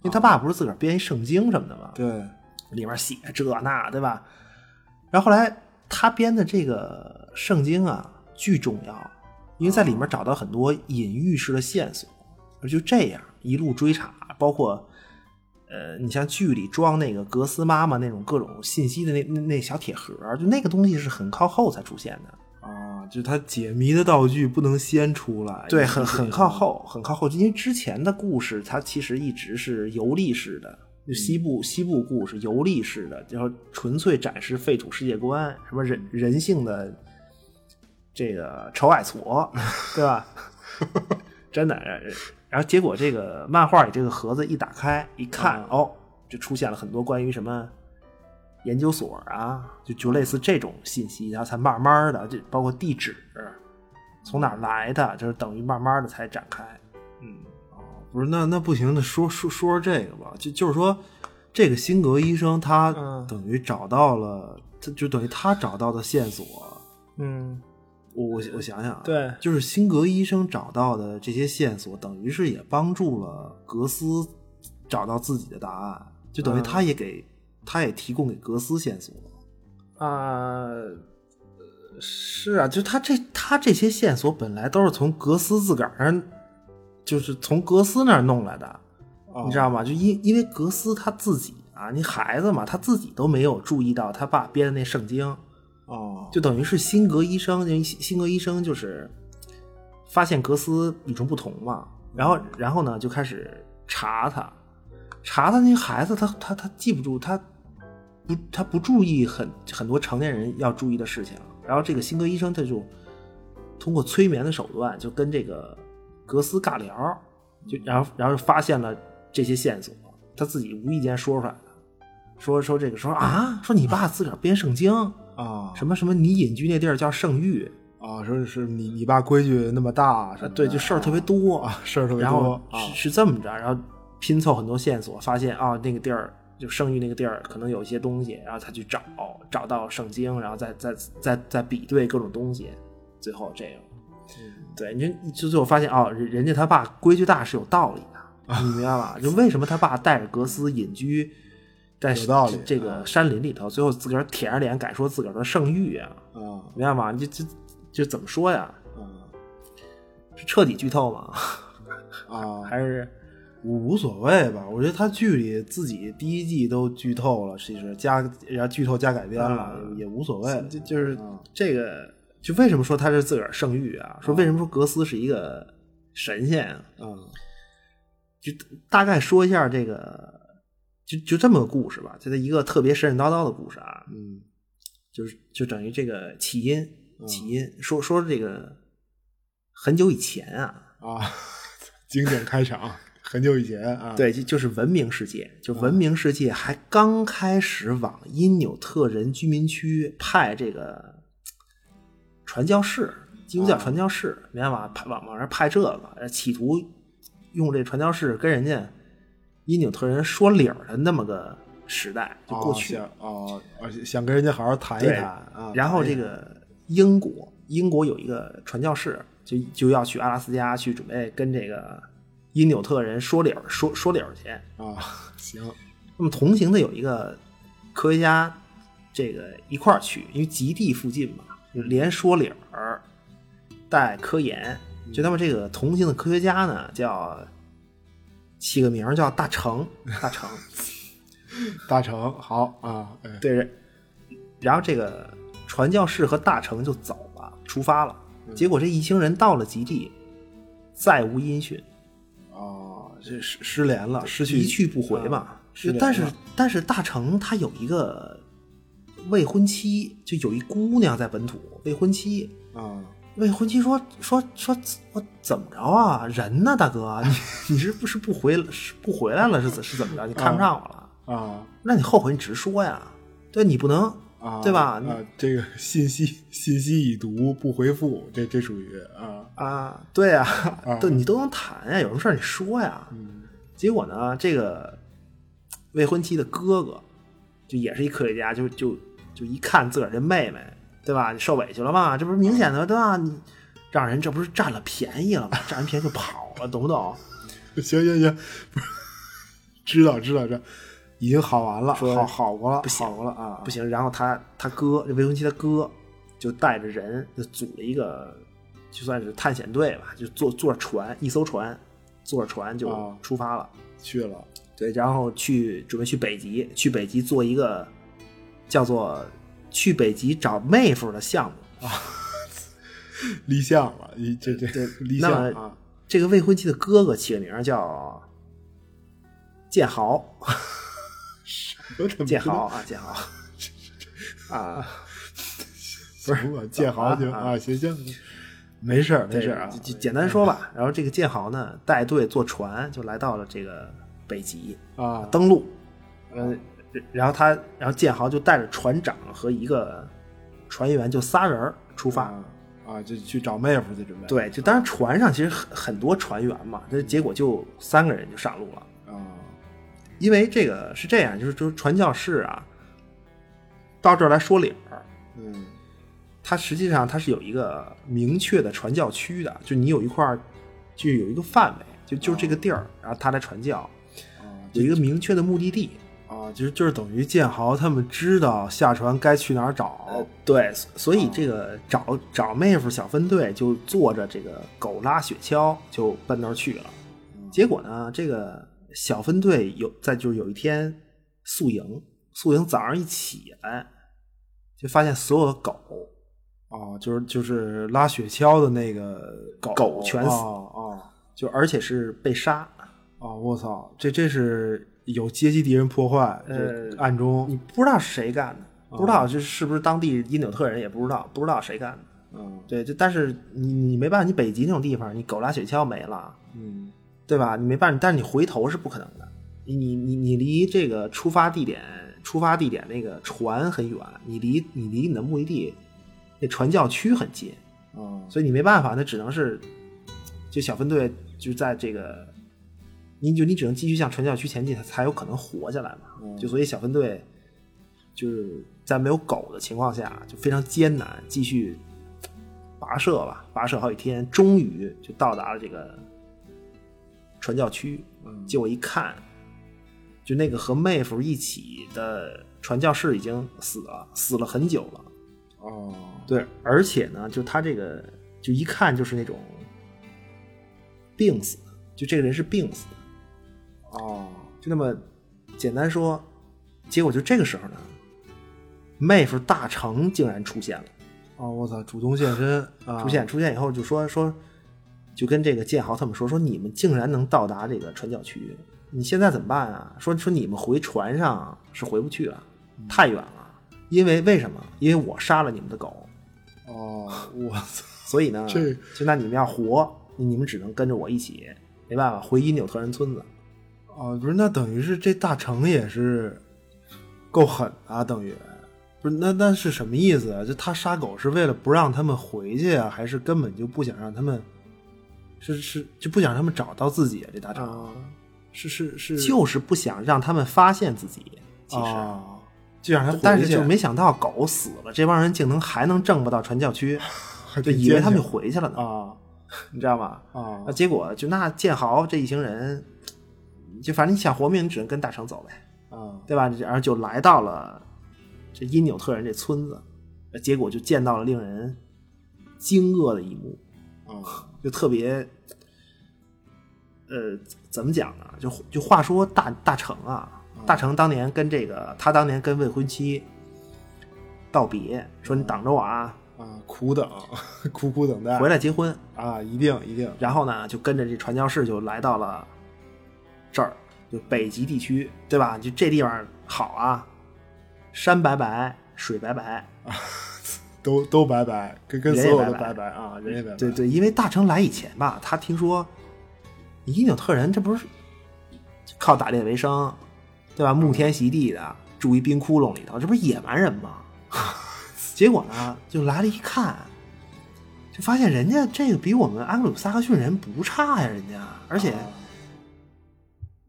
Speaker 3: 因为他爸不是自个儿编一圣经什么的吗？
Speaker 4: 啊对
Speaker 3: 里面写这那，对吧？然后后来他编的这个圣经啊，巨重要，因为在里面找到很多隐喻式的线索，就这样一路追查，包括呃，你像剧里装那个格斯妈妈那种各种信息的那那那小铁盒，就那个东西是很靠后才出现的，
Speaker 4: 啊，就他解谜的道具不能先出来，
Speaker 3: 对，
Speaker 4: 一
Speaker 3: 很
Speaker 4: 定
Speaker 3: 很
Speaker 4: 得
Speaker 3: 靠后，很靠后，因为之前的故事它其实一直是游历式的，就西部、西部故事游历式的，然后纯粹展示废土世界观，什么人人性的这个仇矮矬，对吧？ *laughs* 真的，然然后结果这个漫画里这个盒子一打开一看，哦，就出现了很多关于什么。研究所啊，就就类似这种信息，然后才慢慢的，就包括地址，从哪儿来的，就是等于慢慢的才展开。嗯，
Speaker 4: 哦不是，那那不行，那说说说说这个吧，就就是说，这个辛格医生他
Speaker 3: 嗯
Speaker 4: 等于找到了，他就等于他找到的线索，
Speaker 3: 嗯，
Speaker 4: 我我我想想啊，
Speaker 3: 对
Speaker 4: 就是辛格医生找到的这些线索，等于是也帮助了格斯找到自己的答案，就等于
Speaker 3: 嗯
Speaker 4: 他也给、他也提供给格斯线索，
Speaker 3: 啊、是啊，就他这他这些线索本来都是从格斯自个儿那儿，就是从格斯那儿弄来的，
Speaker 4: 哦
Speaker 3: 你知道吗？就因因为格斯他自己啊，你孩子嘛，他自己都没有注意到他爸编的那圣经，
Speaker 4: 哦，
Speaker 3: 就等于是辛格医生，因为辛辛格医生就是发现格斯与众不同嘛，然后然后呢就开始查他，查他那孩子他他他记不住，他不他不注意很很多成年人要注意的事情，然后这个辛格医生他就通过催眠的手段就跟这个格斯尬聊，就然后然后就发现了这些线索，他自己无意间说出来的。说说这个说啊，说你爸自个儿编圣经，
Speaker 4: 啊
Speaker 3: 什么什么，你隐居那地儿叫圣域，
Speaker 4: 啊，说是你你爸规矩那么大，啊什么的
Speaker 3: 对，就事儿特别多，
Speaker 4: 啊事儿特别
Speaker 3: 然
Speaker 4: 多
Speaker 3: 后
Speaker 4: 啊
Speaker 3: 是是这么着，然后拼凑很多线索，发现啊那个地儿就圣域那个地儿可能有一些东西，然后他去找，找到圣经，然后再再再再比对各种东西，最后这样，
Speaker 4: 嗯
Speaker 3: 对，你就就最后发现哦，人人家他爸规矩大是有道理
Speaker 4: 啊
Speaker 3: 的，你明白吧？就为什么他爸带着格斯隐居在
Speaker 4: 有道理啊
Speaker 3: 这个山林里头，最后自个儿舔着脸敢说自个儿的圣域啊，
Speaker 4: 啊
Speaker 3: 明白吗？你就就就怎么说呀？
Speaker 4: 啊 *laughs*
Speaker 3: 是彻底剧透吗？
Speaker 4: 啊，
Speaker 3: 还是
Speaker 4: 无无所谓吧，我觉得他剧里自己第一季都剧透了，其实加然后剧透加改编了、
Speaker 3: 啊
Speaker 4: 也嗯无所谓。
Speaker 3: 就就是这个，就为什么说他是自个儿圣域啊？说为什么说格斯是一个神仙啊？
Speaker 4: 嗯
Speaker 3: 就大概说一下这个，就就这么个故事吧，就这一个特别神神叨叨的故事啊，
Speaker 4: 嗯
Speaker 3: 就是就等于这个起因，起因、说说这个很久以前啊，
Speaker 4: 啊， *laughs* 经典开场，很久以前啊，，
Speaker 3: 对，就就是文明世界，就文明世界还刚开始往因纽特人居民区派这个传教士，基督
Speaker 4: 啊
Speaker 3: 教传教士，没办法派往往那儿派这个，呃企图用这传教士跟人家因纽特人说理儿的那么个时代，就过去。
Speaker 4: 啊想哦，而且想跟人家好好谈一
Speaker 3: 对
Speaker 4: 谈啊。
Speaker 3: 然后
Speaker 4: 谈一
Speaker 3: 这个英国，英国有一个传教士，就就要去阿拉斯加去准备跟这个因纽特人说理儿，说说理儿去。
Speaker 4: 谈啊，行，
Speaker 3: 那么同行的有一个科学家，这个一块儿去，因为极地附近嘛，就连说理儿带科研。就他们这个同行的科学家呢，叫起个名儿叫大成，大成。
Speaker 4: 大成好啊，哎，
Speaker 3: 对，然后这个传教士和大成就走了，出发了。结果这一行人到了极地，再无音讯，
Speaker 4: 啊，这失失联了，失去
Speaker 3: 一去不回嘛。
Speaker 4: 啊失联了
Speaker 3: 但是但是大成他有一个未婚妻，就有一姑娘在本土未婚妻。
Speaker 4: 啊，
Speaker 3: 未婚妻说说说我怎么着啊？人呢，大哥， *laughs* 你你是不是不回是不回来了？是怎是怎么着？你看不上我了？
Speaker 4: 啊
Speaker 3: 那你后悔你直说呀，对你不能
Speaker 4: 啊，
Speaker 3: 对吧？你
Speaker 4: 啊，这个信息信息已读不回复，这这属于啊，
Speaker 3: 啊，对啊，
Speaker 4: 啊
Speaker 3: *laughs* 对你都能谈呀，有什么事儿你说呀。
Speaker 4: 嗯
Speaker 3: 结果呢，这个未婚妻的哥哥，就也是一科学家，就就就一看自个儿这妹妹，对吧？你受委屈了吧？这不是明显的对吧？你让人这不是占了便宜了吗？占人便宜就跑了，懂不懂？
Speaker 4: *laughs* 行行行，不是，知道知道知道，已经好完了，
Speaker 3: 说
Speaker 4: 好好过了，
Speaker 3: 不行
Speaker 4: 好过了啊，
Speaker 3: 不行，然后他他哥这未婚妻他哥就带着人就组了一个，就算是探险队吧，就坐坐船一艘船，坐着船就
Speaker 4: 啊
Speaker 3: 出发了。
Speaker 4: 去了
Speaker 3: 对，然后去准备去北极，去北极做一个叫做“去北极找妹夫”的项目。
Speaker 4: 立项了，一这这立
Speaker 3: 那
Speaker 4: 项
Speaker 3: 么
Speaker 4: 啊，
Speaker 3: 这个未婚妻的哥哥起个名儿叫建豪，
Speaker 4: *laughs* 我怎么
Speaker 3: 建
Speaker 4: 知道
Speaker 3: 豪啊，建豪啊，
Speaker 4: 不是
Speaker 3: *laughs*
Speaker 4: 我建豪就
Speaker 3: 啊
Speaker 4: 啊，行行，没事儿没事儿啊嗯
Speaker 3: 对，就就简单说吧。然后这个建豪呢，带队坐船就来到了这个北极
Speaker 4: 啊
Speaker 3: 登陆，呃，然后他，然后建豪就带着船长和一个船员，就仨人儿出发。
Speaker 4: 啊啊，就去找妹夫去准备，
Speaker 3: 对，就当然船上其实很很多船员嘛，这结果就三个人就上路了，
Speaker 4: 啊
Speaker 3: 因为这个是这样，就是就是传教士啊，到这儿来说理儿，
Speaker 4: 嗯
Speaker 3: 它实际上它是有一个明确的传教区的，就你有一块儿，就有一个范围，就就是这个地儿，然后他来传教，
Speaker 4: 啊
Speaker 3: 有一个明确的目的地。
Speaker 4: 啊，就是就是等于建豪他们知道啊下船该去哪儿
Speaker 3: 呃
Speaker 4: 找，
Speaker 3: 对，所所以这个找找妹夫小分队就坐着这个狗拉雪橇就奔那儿去了。结果呢，这个小分队有在就是有一天宿营，宿营早上一起来，就发现所有的狗
Speaker 4: 哦，就是就是拉雪橇的那个狗
Speaker 3: 狗全死
Speaker 4: 哦哦
Speaker 3: 就而且是被杀，
Speaker 4: 哦，我操，这这是有阶级敌人破坏，
Speaker 3: 呃
Speaker 4: 这暗中
Speaker 3: 你不知道是谁干的，不知道这是不是当地因纽特人也不知道，不知道谁干的。
Speaker 4: 嗯
Speaker 3: 对，就但是你你没办法，你北极那种地方，你狗拉雪橇没了，
Speaker 4: 嗯
Speaker 3: 对吧？你没办法，但是你回头是不可能的。你你你你离这个出发地点出发地点那个船很远，你离你离你的目的地那传教区很近，
Speaker 4: 嗯
Speaker 3: 所以你没办法，那只能是就小分队就在这个，你就你只能继续向传教区前进，才才有可能活下来嘛。
Speaker 4: 嗯
Speaker 3: 就所以小分队就是在没有狗的情况下，就非常艰难，继续跋涉吧，跋涉好几天，终于就到达了这个传教区。
Speaker 4: 嗯
Speaker 3: 结果一看，就那个和妹夫一起的传教士已经死了，死了很久了。
Speaker 4: 哦
Speaker 3: 对，而且呢，就他这个就一看就是那种病死的，就这个人是病死的，
Speaker 5: 哦，
Speaker 3: 就那么简单说，结果就这个时候呢，妹夫大成竟然出现了。
Speaker 5: 哦，我操，主动现身啊，
Speaker 3: 出现出现以后就说说，就跟这个建豪他们说说你们竟然能到达这个传教区，你现在怎么办啊？说说你们回船上是回不去了，太远了。因为为什么？因为我杀了你们的狗，
Speaker 5: 哦，我操，
Speaker 3: 所以呢，
Speaker 5: 这
Speaker 3: 就那你们要活，你们只能跟着我一起，没办法回因纽特人村子。
Speaker 5: 哦，不是，那等于是这大成也是够狠啊，等于不是那那是什么意思啊？就他杀狗是为了不让他们回去啊，还是根本就不想让他们？是是，就不想让他们找到自己啊？这大成、
Speaker 3: 啊，
Speaker 5: 是是是，
Speaker 3: 就是不想让他们发现自己。其实，
Speaker 4: 啊
Speaker 5: 哦就想让他
Speaker 3: 但
Speaker 5: 回
Speaker 3: 是
Speaker 5: 去
Speaker 3: 就没想到狗死了，这帮人竟能还能挣不到传教 *laughs* 区，
Speaker 5: 还
Speaker 3: 就
Speaker 5: 挺
Speaker 3: 以为
Speaker 5: 坚
Speaker 3: 他们就
Speaker 5: 强
Speaker 3: 回去了呢，
Speaker 5: 啊
Speaker 3: 你知道吗？
Speaker 5: 啊
Speaker 3: 啊，结果就那建豪这一行人，就反正你想活命，你只能跟大成走呗，
Speaker 5: 啊
Speaker 3: 对吧？然后就来到了这因纽特人这村子，呃结果就见到了令人惊愕的一幕，
Speaker 5: 啊！
Speaker 3: *laughs* 就特别，呃，怎么讲呢？就就话说大大成啊，大成当年跟这个他当年跟未婚妻道别，说你等着我啊，
Speaker 5: 啊，苦等，苦苦等待，
Speaker 3: 回来结婚。
Speaker 5: 啊，一定一定
Speaker 3: 然后呢，就跟着这传教士就来到了这儿，就北极地区，对吧？就这地方好啊，山白白，水白白，
Speaker 5: 都都拜拜，跟跟
Speaker 3: 人
Speaker 5: 所
Speaker 3: 也
Speaker 5: 有的
Speaker 3: 拜拜
Speaker 5: 拜拜啊，人也拜拜，
Speaker 3: 对对，因为大成来以前吧，他听说伊纽特人这不是靠打猎为生，对吧？沐天席地的住一冰窟窿里头，这不是野蛮人吗？ *laughs* 结果呢，就来了一看，就发现人家这个比我们安格鲁萨克逊人不差呀，人家而且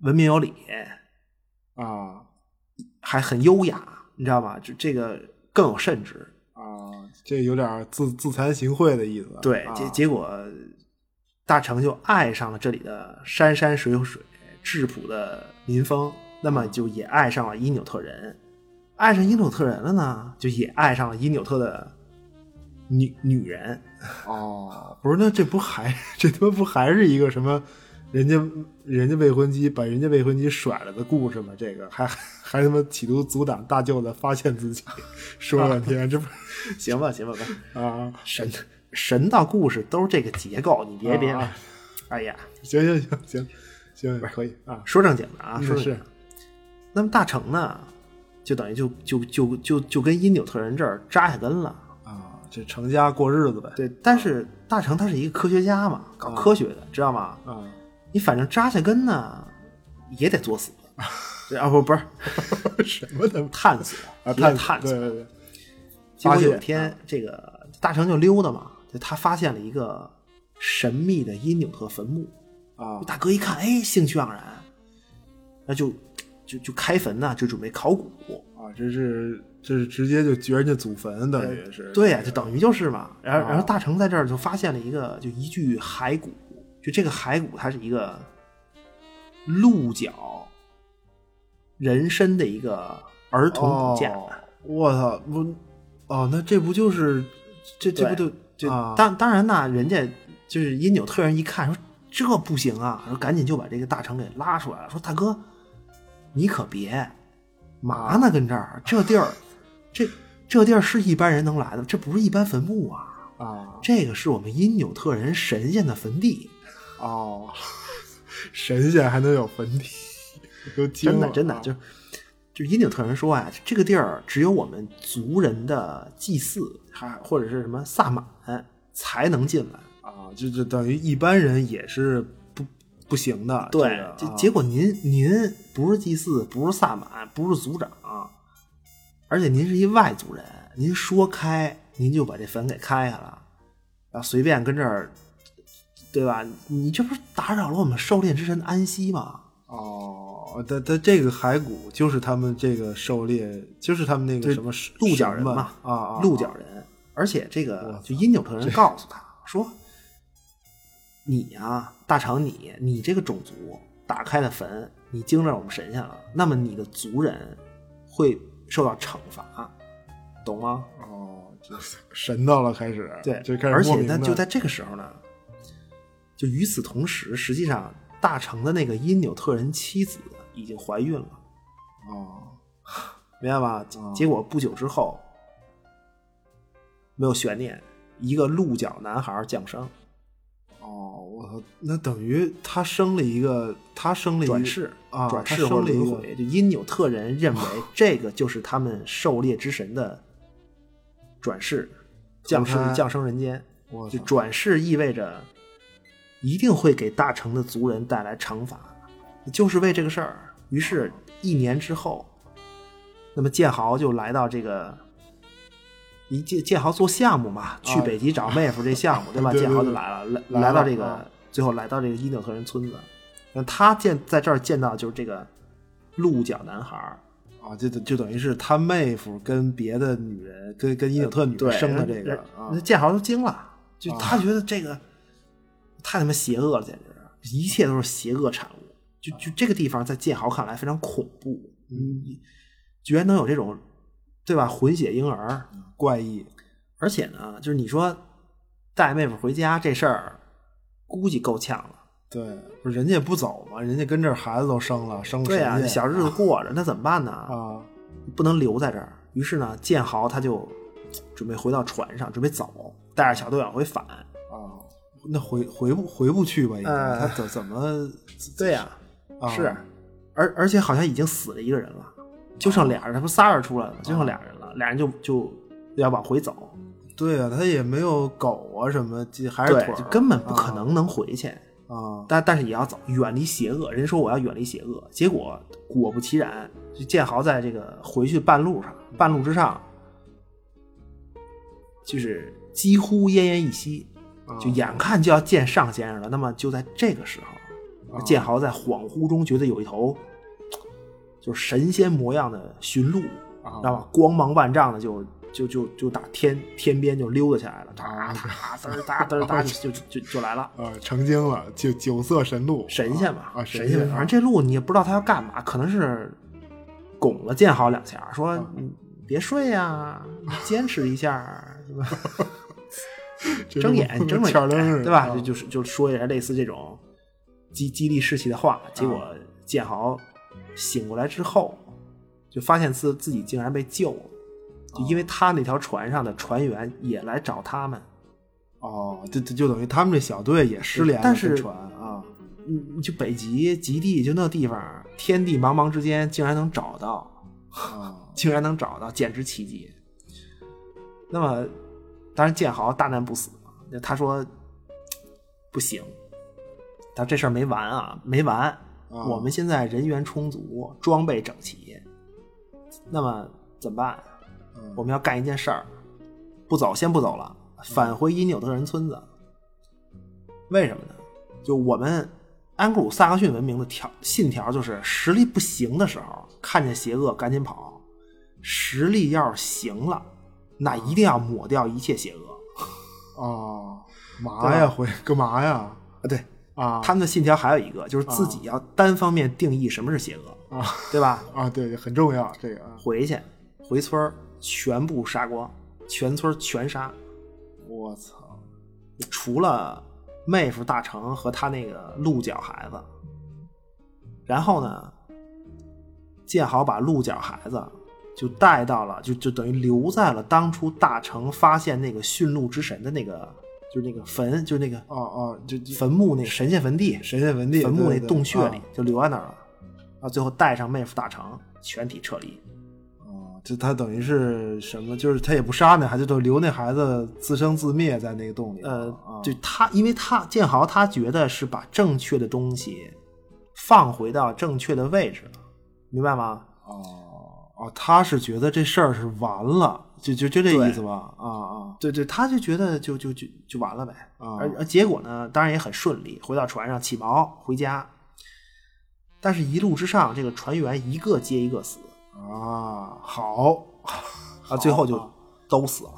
Speaker 3: 文明有礼，
Speaker 5: 啊
Speaker 3: 还很优雅，你知道吗？这这个更有甚至，
Speaker 5: 啊，这有点自自惭形秽的意思，
Speaker 3: 对，
Speaker 5: 啊
Speaker 3: 结结果大成就爱上了这里的山山水水、质朴的民风，那
Speaker 5: 嗯
Speaker 3: 么就也爱上了因纽特人，爱上因纽特人了呢，就也爱上了因纽特的女女人， *laughs*
Speaker 5: 哦，不是，那这不还这他妈不还是一个什么？人家人家未婚妻把人家未婚妻甩了的故事吗？这个还还他妈企图阻挡大舅的发现自己，说了半天，这不
Speaker 3: 行吧，行吧，吧
Speaker 5: 啊？
Speaker 3: 神神道故事都是这个结构，你别别，
Speaker 5: 啊
Speaker 3: 哎呀，
Speaker 5: 行行行行行，可以啊，
Speaker 3: 说正经的啊，说正经
Speaker 5: 是是
Speaker 3: 的。那么大成呢，就等于就就就就就跟因纽特人这儿扎下根了。
Speaker 5: 啊，这成家过日子呗，
Speaker 3: 对，但是大成他是一个科学家嘛，搞科学的，知道吗？
Speaker 5: 啊，
Speaker 3: 你反正扎下根呢，也得
Speaker 5: *laughs*
Speaker 3: 作死。这啊不不是
Speaker 5: 什么他妈
Speaker 3: 探索
Speaker 5: 啊，
Speaker 3: 也得
Speaker 5: 探
Speaker 3: 探
Speaker 5: 对
Speaker 3: 索。
Speaker 5: 对对，
Speaker 3: 结
Speaker 5: 发
Speaker 3: 果
Speaker 5: 现
Speaker 3: 有一天，这个大成就溜达嘛，就他发现了一个神秘的因纽特坟墓。
Speaker 5: 啊
Speaker 3: 大哥一看，哎，兴趣盎然，那就就就开坟呐，就准备考古。
Speaker 5: 啊，这是这是直接就掘人家祖坟，等于是
Speaker 3: 对呀、就等于就是嘛。然后，
Speaker 5: 啊
Speaker 3: 然后大成在这儿就发现了一个，就一具骸骨，就这个骸骨它是一个鹿角人身的一个儿童骨架，
Speaker 5: 哦我操，不，哦，那这不就是这这不
Speaker 3: 对
Speaker 5: 就
Speaker 3: 就
Speaker 5: 啊
Speaker 3: 当当然呐，人家就是因纽特人一看说这不行啊，说赶紧就把这个大成给拉出来了，说大哥，你可别嘛呢跟这儿这地儿，这这地儿是一般人能来的，这不是一般坟墓啊。
Speaker 5: 啊
Speaker 3: 这个是我们因纽特人神仙的坟地，
Speaker 5: 哦， *laughs* 神仙还能有坟地，都惊
Speaker 3: 真的
Speaker 5: 了
Speaker 3: 真的
Speaker 5: 啊
Speaker 3: 就就因纽特人说啊，这个地儿只有我们族人的祭祀还或者是什么萨满才能进来。
Speaker 5: 啊，就就等于一般人也是不不行的，
Speaker 3: 这
Speaker 5: 这
Speaker 3: 个
Speaker 5: 个
Speaker 3: 结
Speaker 5: 啊
Speaker 3: 结果您您不是祭祀，不是萨满，不是族长，而且您是一外族人，您说开您就把这坟给开下了，然后随便跟这儿，对吧？你这不是打扰了我们狩猎之神的安息吗？
Speaker 5: 哦，但但这个骸骨就是他们这个狩猎，就是他们那个
Speaker 3: 对
Speaker 5: 什么
Speaker 3: 鹿角人
Speaker 5: 嘛
Speaker 3: 嘛，
Speaker 5: 啊啊，
Speaker 3: 鹿角人，而且这
Speaker 5: 我
Speaker 3: 个
Speaker 5: 操
Speaker 3: 就因纽特人告诉他说：“你啊，大长你，你这个种族打开了坟，你惊着我们神仙了，那么你的族人会受到惩罚，懂吗
Speaker 5: 哦，这神到了开始？”，
Speaker 3: 对
Speaker 5: 就开，始
Speaker 3: 而且
Speaker 5: 莫名
Speaker 3: 呢，
Speaker 5: 的
Speaker 3: 就在这个时候呢，就与此同时，实际上大成的那个因纽特人妻子已经怀孕了，
Speaker 4: 哦，
Speaker 3: 明白吧？结
Speaker 4: 哦
Speaker 3: 结果不久之后，没有悬念，一个鹿角男孩降生
Speaker 4: 哦，我操，那等于他生了一个，他生了一个
Speaker 3: 转世
Speaker 4: 啊，
Speaker 3: 转
Speaker 4: 他
Speaker 3: 世或
Speaker 4: 生了一
Speaker 3: 轮
Speaker 4: 个
Speaker 3: 回，就因纽特人
Speaker 4: *laughs*
Speaker 3: 认为这个就是他们狩猎之神的转世，降
Speaker 4: 投胎
Speaker 3: 生降生人间。
Speaker 4: 我
Speaker 3: 就
Speaker 4: 操
Speaker 3: 转世意味着一定会给大成的族人带来惩罚，就是为这个事儿。于是，一年之后，那么建豪就来到这个，一建建豪做项目嘛，去北极
Speaker 4: *laughs*
Speaker 3: 找妹夫这项目，对吧？
Speaker 4: 啊对对
Speaker 3: 建豪就
Speaker 4: 对
Speaker 3: 来了，来
Speaker 4: 来
Speaker 3: 来到
Speaker 4: 了
Speaker 3: 这个
Speaker 4: 啊
Speaker 3: 最后来到这个伊纽特人村子，那他见在这儿见到就是这个鹿角男孩儿，
Speaker 4: 啊，就等就等于是他妹夫跟别的女人，跟跟伊纽特女人生的这个啊
Speaker 3: 那，建豪都惊了，就
Speaker 4: 啊
Speaker 3: 他觉得这个、太他妈邪恶了，简直一切都是邪恶产物。就
Speaker 4: 啊
Speaker 3: 就这个地方在建豪看来非常恐怖，嗯，居然能有这种对吧混血婴儿，
Speaker 4: 怪异，
Speaker 3: 而且呢，就是你说带妹夫回家这事儿，估计够呛了。
Speaker 4: 对，不是人家也不走嘛，人家跟这儿孩子都生了，生了
Speaker 3: 对
Speaker 4: 呀、
Speaker 3: 啊，小日子过着，那怎么办呢？
Speaker 4: 啊，
Speaker 3: 不能留在这儿。于是呢，建豪他就准备回到船上，准备走，带着小豆角回返。
Speaker 4: 啊，那回回不回不去吧？已经，
Speaker 3: 呃
Speaker 4: 他怎
Speaker 3: *laughs*
Speaker 4: 怎么
Speaker 3: 对呀、
Speaker 4: 啊
Speaker 3: 是，而而且好像已经死了一个人了，就
Speaker 4: 啊
Speaker 3: 剩俩人，他不仨人出来了吗，就剩俩人了，俩人就就要往回走，
Speaker 4: 对啊，他也没有狗啊什么，这还是
Speaker 3: 对
Speaker 4: 腿，儿
Speaker 3: 就根本不可能能回去，
Speaker 4: 啊
Speaker 3: 但但是也要走，远离邪恶。人说我要远离邪恶，结果果不其然，就建豪在这个回去半路上，半路之上，就是几乎奄奄一息，就眼看就要见上先生了。那么就在这个时候，建豪在恍惚中觉得有一头就是神仙模样的驯鹿，
Speaker 4: 啊
Speaker 3: 知道吧？光芒万丈的就就就就打天天边就溜达起来了，哒
Speaker 4: 啊
Speaker 3: 哒嘚儿哒嘚儿哒就就就就来了。
Speaker 4: 啊，成精了，九九色神鹿，
Speaker 3: 神仙嘛
Speaker 4: 啊，啊，
Speaker 3: 神
Speaker 4: 仙
Speaker 3: 仙，，反正这路你也不知道他要干嘛，可能是拱了建豪两下，说
Speaker 4: 啊
Speaker 3: 你别睡呀、
Speaker 4: *laughs*
Speaker 3: 坚持一下，对吧？
Speaker 4: *laughs* 这
Speaker 3: 睁
Speaker 4: 鹿
Speaker 3: 眼，睁睁
Speaker 4: 欠儿
Speaker 3: 眼
Speaker 4: 灯似的，
Speaker 3: 对吧？
Speaker 4: 啊
Speaker 3: 就就是就说一些类似这种激激励士气的
Speaker 4: 啊
Speaker 3: 话，结果建豪醒过来之后，就发现自自己竟然被救了，
Speaker 4: 啊
Speaker 3: 就因为他那条船上的船员也来找他们，
Speaker 4: 哦，就就就等于他们这小队也失联了，
Speaker 3: 但是
Speaker 4: 跟船啊，
Speaker 3: 嗯，就北极极地就那地方，天地茫茫之间竟然能找到。
Speaker 4: 啊，
Speaker 3: 竟然能找到，简直奇迹。那么，当然建豪大难不死，那他说嘖不行，他这事儿没完啊，没完。
Speaker 4: 啊
Speaker 3: 我们现在人员充足，装备整齐，那么怎么办？啊
Speaker 4: 嗯
Speaker 3: 我们要干一件事儿，不走，先不走了，返回因纽特人村子。为什么呢？就我们安格鲁萨克逊文明的条信条就是：实力不行的时候，看见邪恶赶紧跑；实力要是行了，那一定要抹掉一切邪恶。
Speaker 4: 哦，
Speaker 3: 对
Speaker 4: 嘛
Speaker 3: 吧
Speaker 4: 呀，回干嘛呀？
Speaker 3: 对，
Speaker 4: 啊，
Speaker 3: 他们的信条还有一个，就是自己要单方面定义什么是邪恶，
Speaker 4: 啊
Speaker 3: 对吧？
Speaker 4: 啊，对，很重要这个啊，
Speaker 3: 回去，回村儿全部杀光，全村儿全杀。
Speaker 4: 我操，
Speaker 3: 除了妹夫大成和他那个鹿角孩子，然后呢，建豪把鹿角孩子就带到了，就就等于留在了当初大成发现那个驯鹿之神的那个，就是那个坟，就是那个
Speaker 4: 哦哦，就就
Speaker 3: 坟墓那个神仙坟地，
Speaker 4: 神仙文帝
Speaker 3: 坟墓
Speaker 4: 对
Speaker 3: 那
Speaker 4: 对
Speaker 3: 洞穴
Speaker 4: 啊
Speaker 3: 里就留在那儿了，然后最后带上妹夫大成全体撤离。
Speaker 4: 哦，就他等于是什么？就是他也不杀那孩子，就留那孩子自生自灭在那个洞里。
Speaker 3: 呃
Speaker 5: 哦
Speaker 4: 啊，
Speaker 3: 就他，因为他建豪他觉得是把正确的东西放回到正确的位置了，明白吗？
Speaker 4: 哦哦，他是觉得这事儿是完了，就就就这
Speaker 3: 对
Speaker 4: 意思吧？啊啊
Speaker 3: 对对，他就觉得就就就就完了呗。
Speaker 4: 啊
Speaker 3: 而而结果呢，当然也很顺利，回到船上起锚回家。但是，一路之上，这个船员一个接一个死
Speaker 4: 啊，好
Speaker 3: 啊，最后
Speaker 4: 啊
Speaker 3: 就都死了，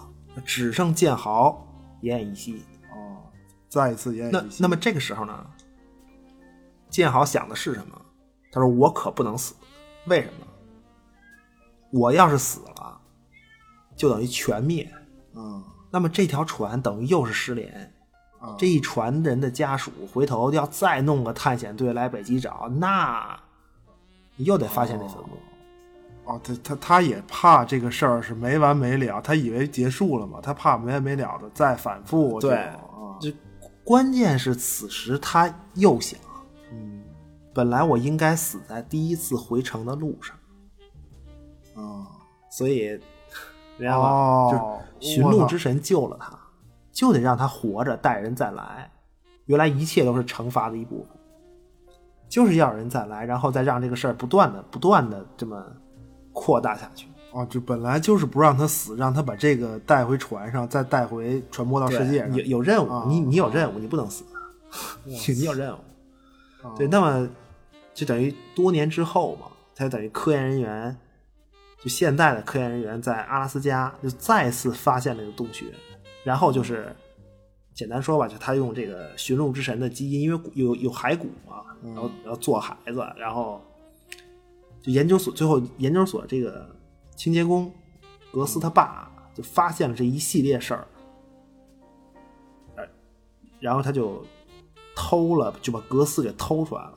Speaker 3: 只剩建豪奄奄一息。
Speaker 4: 哦，再一次言语
Speaker 3: 那那么这个时候呢，建豪想的是什么？他说：“我可不能死，为什么？我要是死了，就等于全灭。
Speaker 4: 嗯
Speaker 3: 那么这条船等于又是失联，
Speaker 4: 啊
Speaker 3: 这一船人的家属回头要再弄个探险队来北极找，那你又得发现那坟墓。
Speaker 4: 哦，他他他也怕这个事儿是没完没了，他以为结束了嘛，他怕没完没了的再反复这
Speaker 3: 对
Speaker 4: 种。啊，
Speaker 3: 这关键是此时他又想，
Speaker 4: 嗯
Speaker 3: 本来我应该死在第一次回城的路上，嗯
Speaker 4: 啊，
Speaker 3: 所以，然后、
Speaker 4: 哦，
Speaker 3: 就是寻路之神救了他，就得让他活着带人再来。原来一切都是惩罚的一部分，就是要人再来，然后再让这个事儿不断的、不断的这么扩大下去。
Speaker 4: 哦，就本来就是不让他死，让他把这个带回船上，再带回传播到世界上
Speaker 3: 有。有任务，
Speaker 4: 啊
Speaker 3: 你你有任务，你不能死， *laughs* 你有任务。
Speaker 4: 啊
Speaker 3: 对，那么就等于多年之后嘛，他就等于科研人员，就现代的科研人员在阿拉斯加就再次发现了这个洞穴，然后就是简单说吧，就他用这个驯鹿之神的基因，因为骨有有骸骨嘛，然后然后做孩子，然后就研究所最后研究所这个清洁工格斯他爸就发现了这一系列事儿，呃然后他就偷了，就把格斯给偷出来了。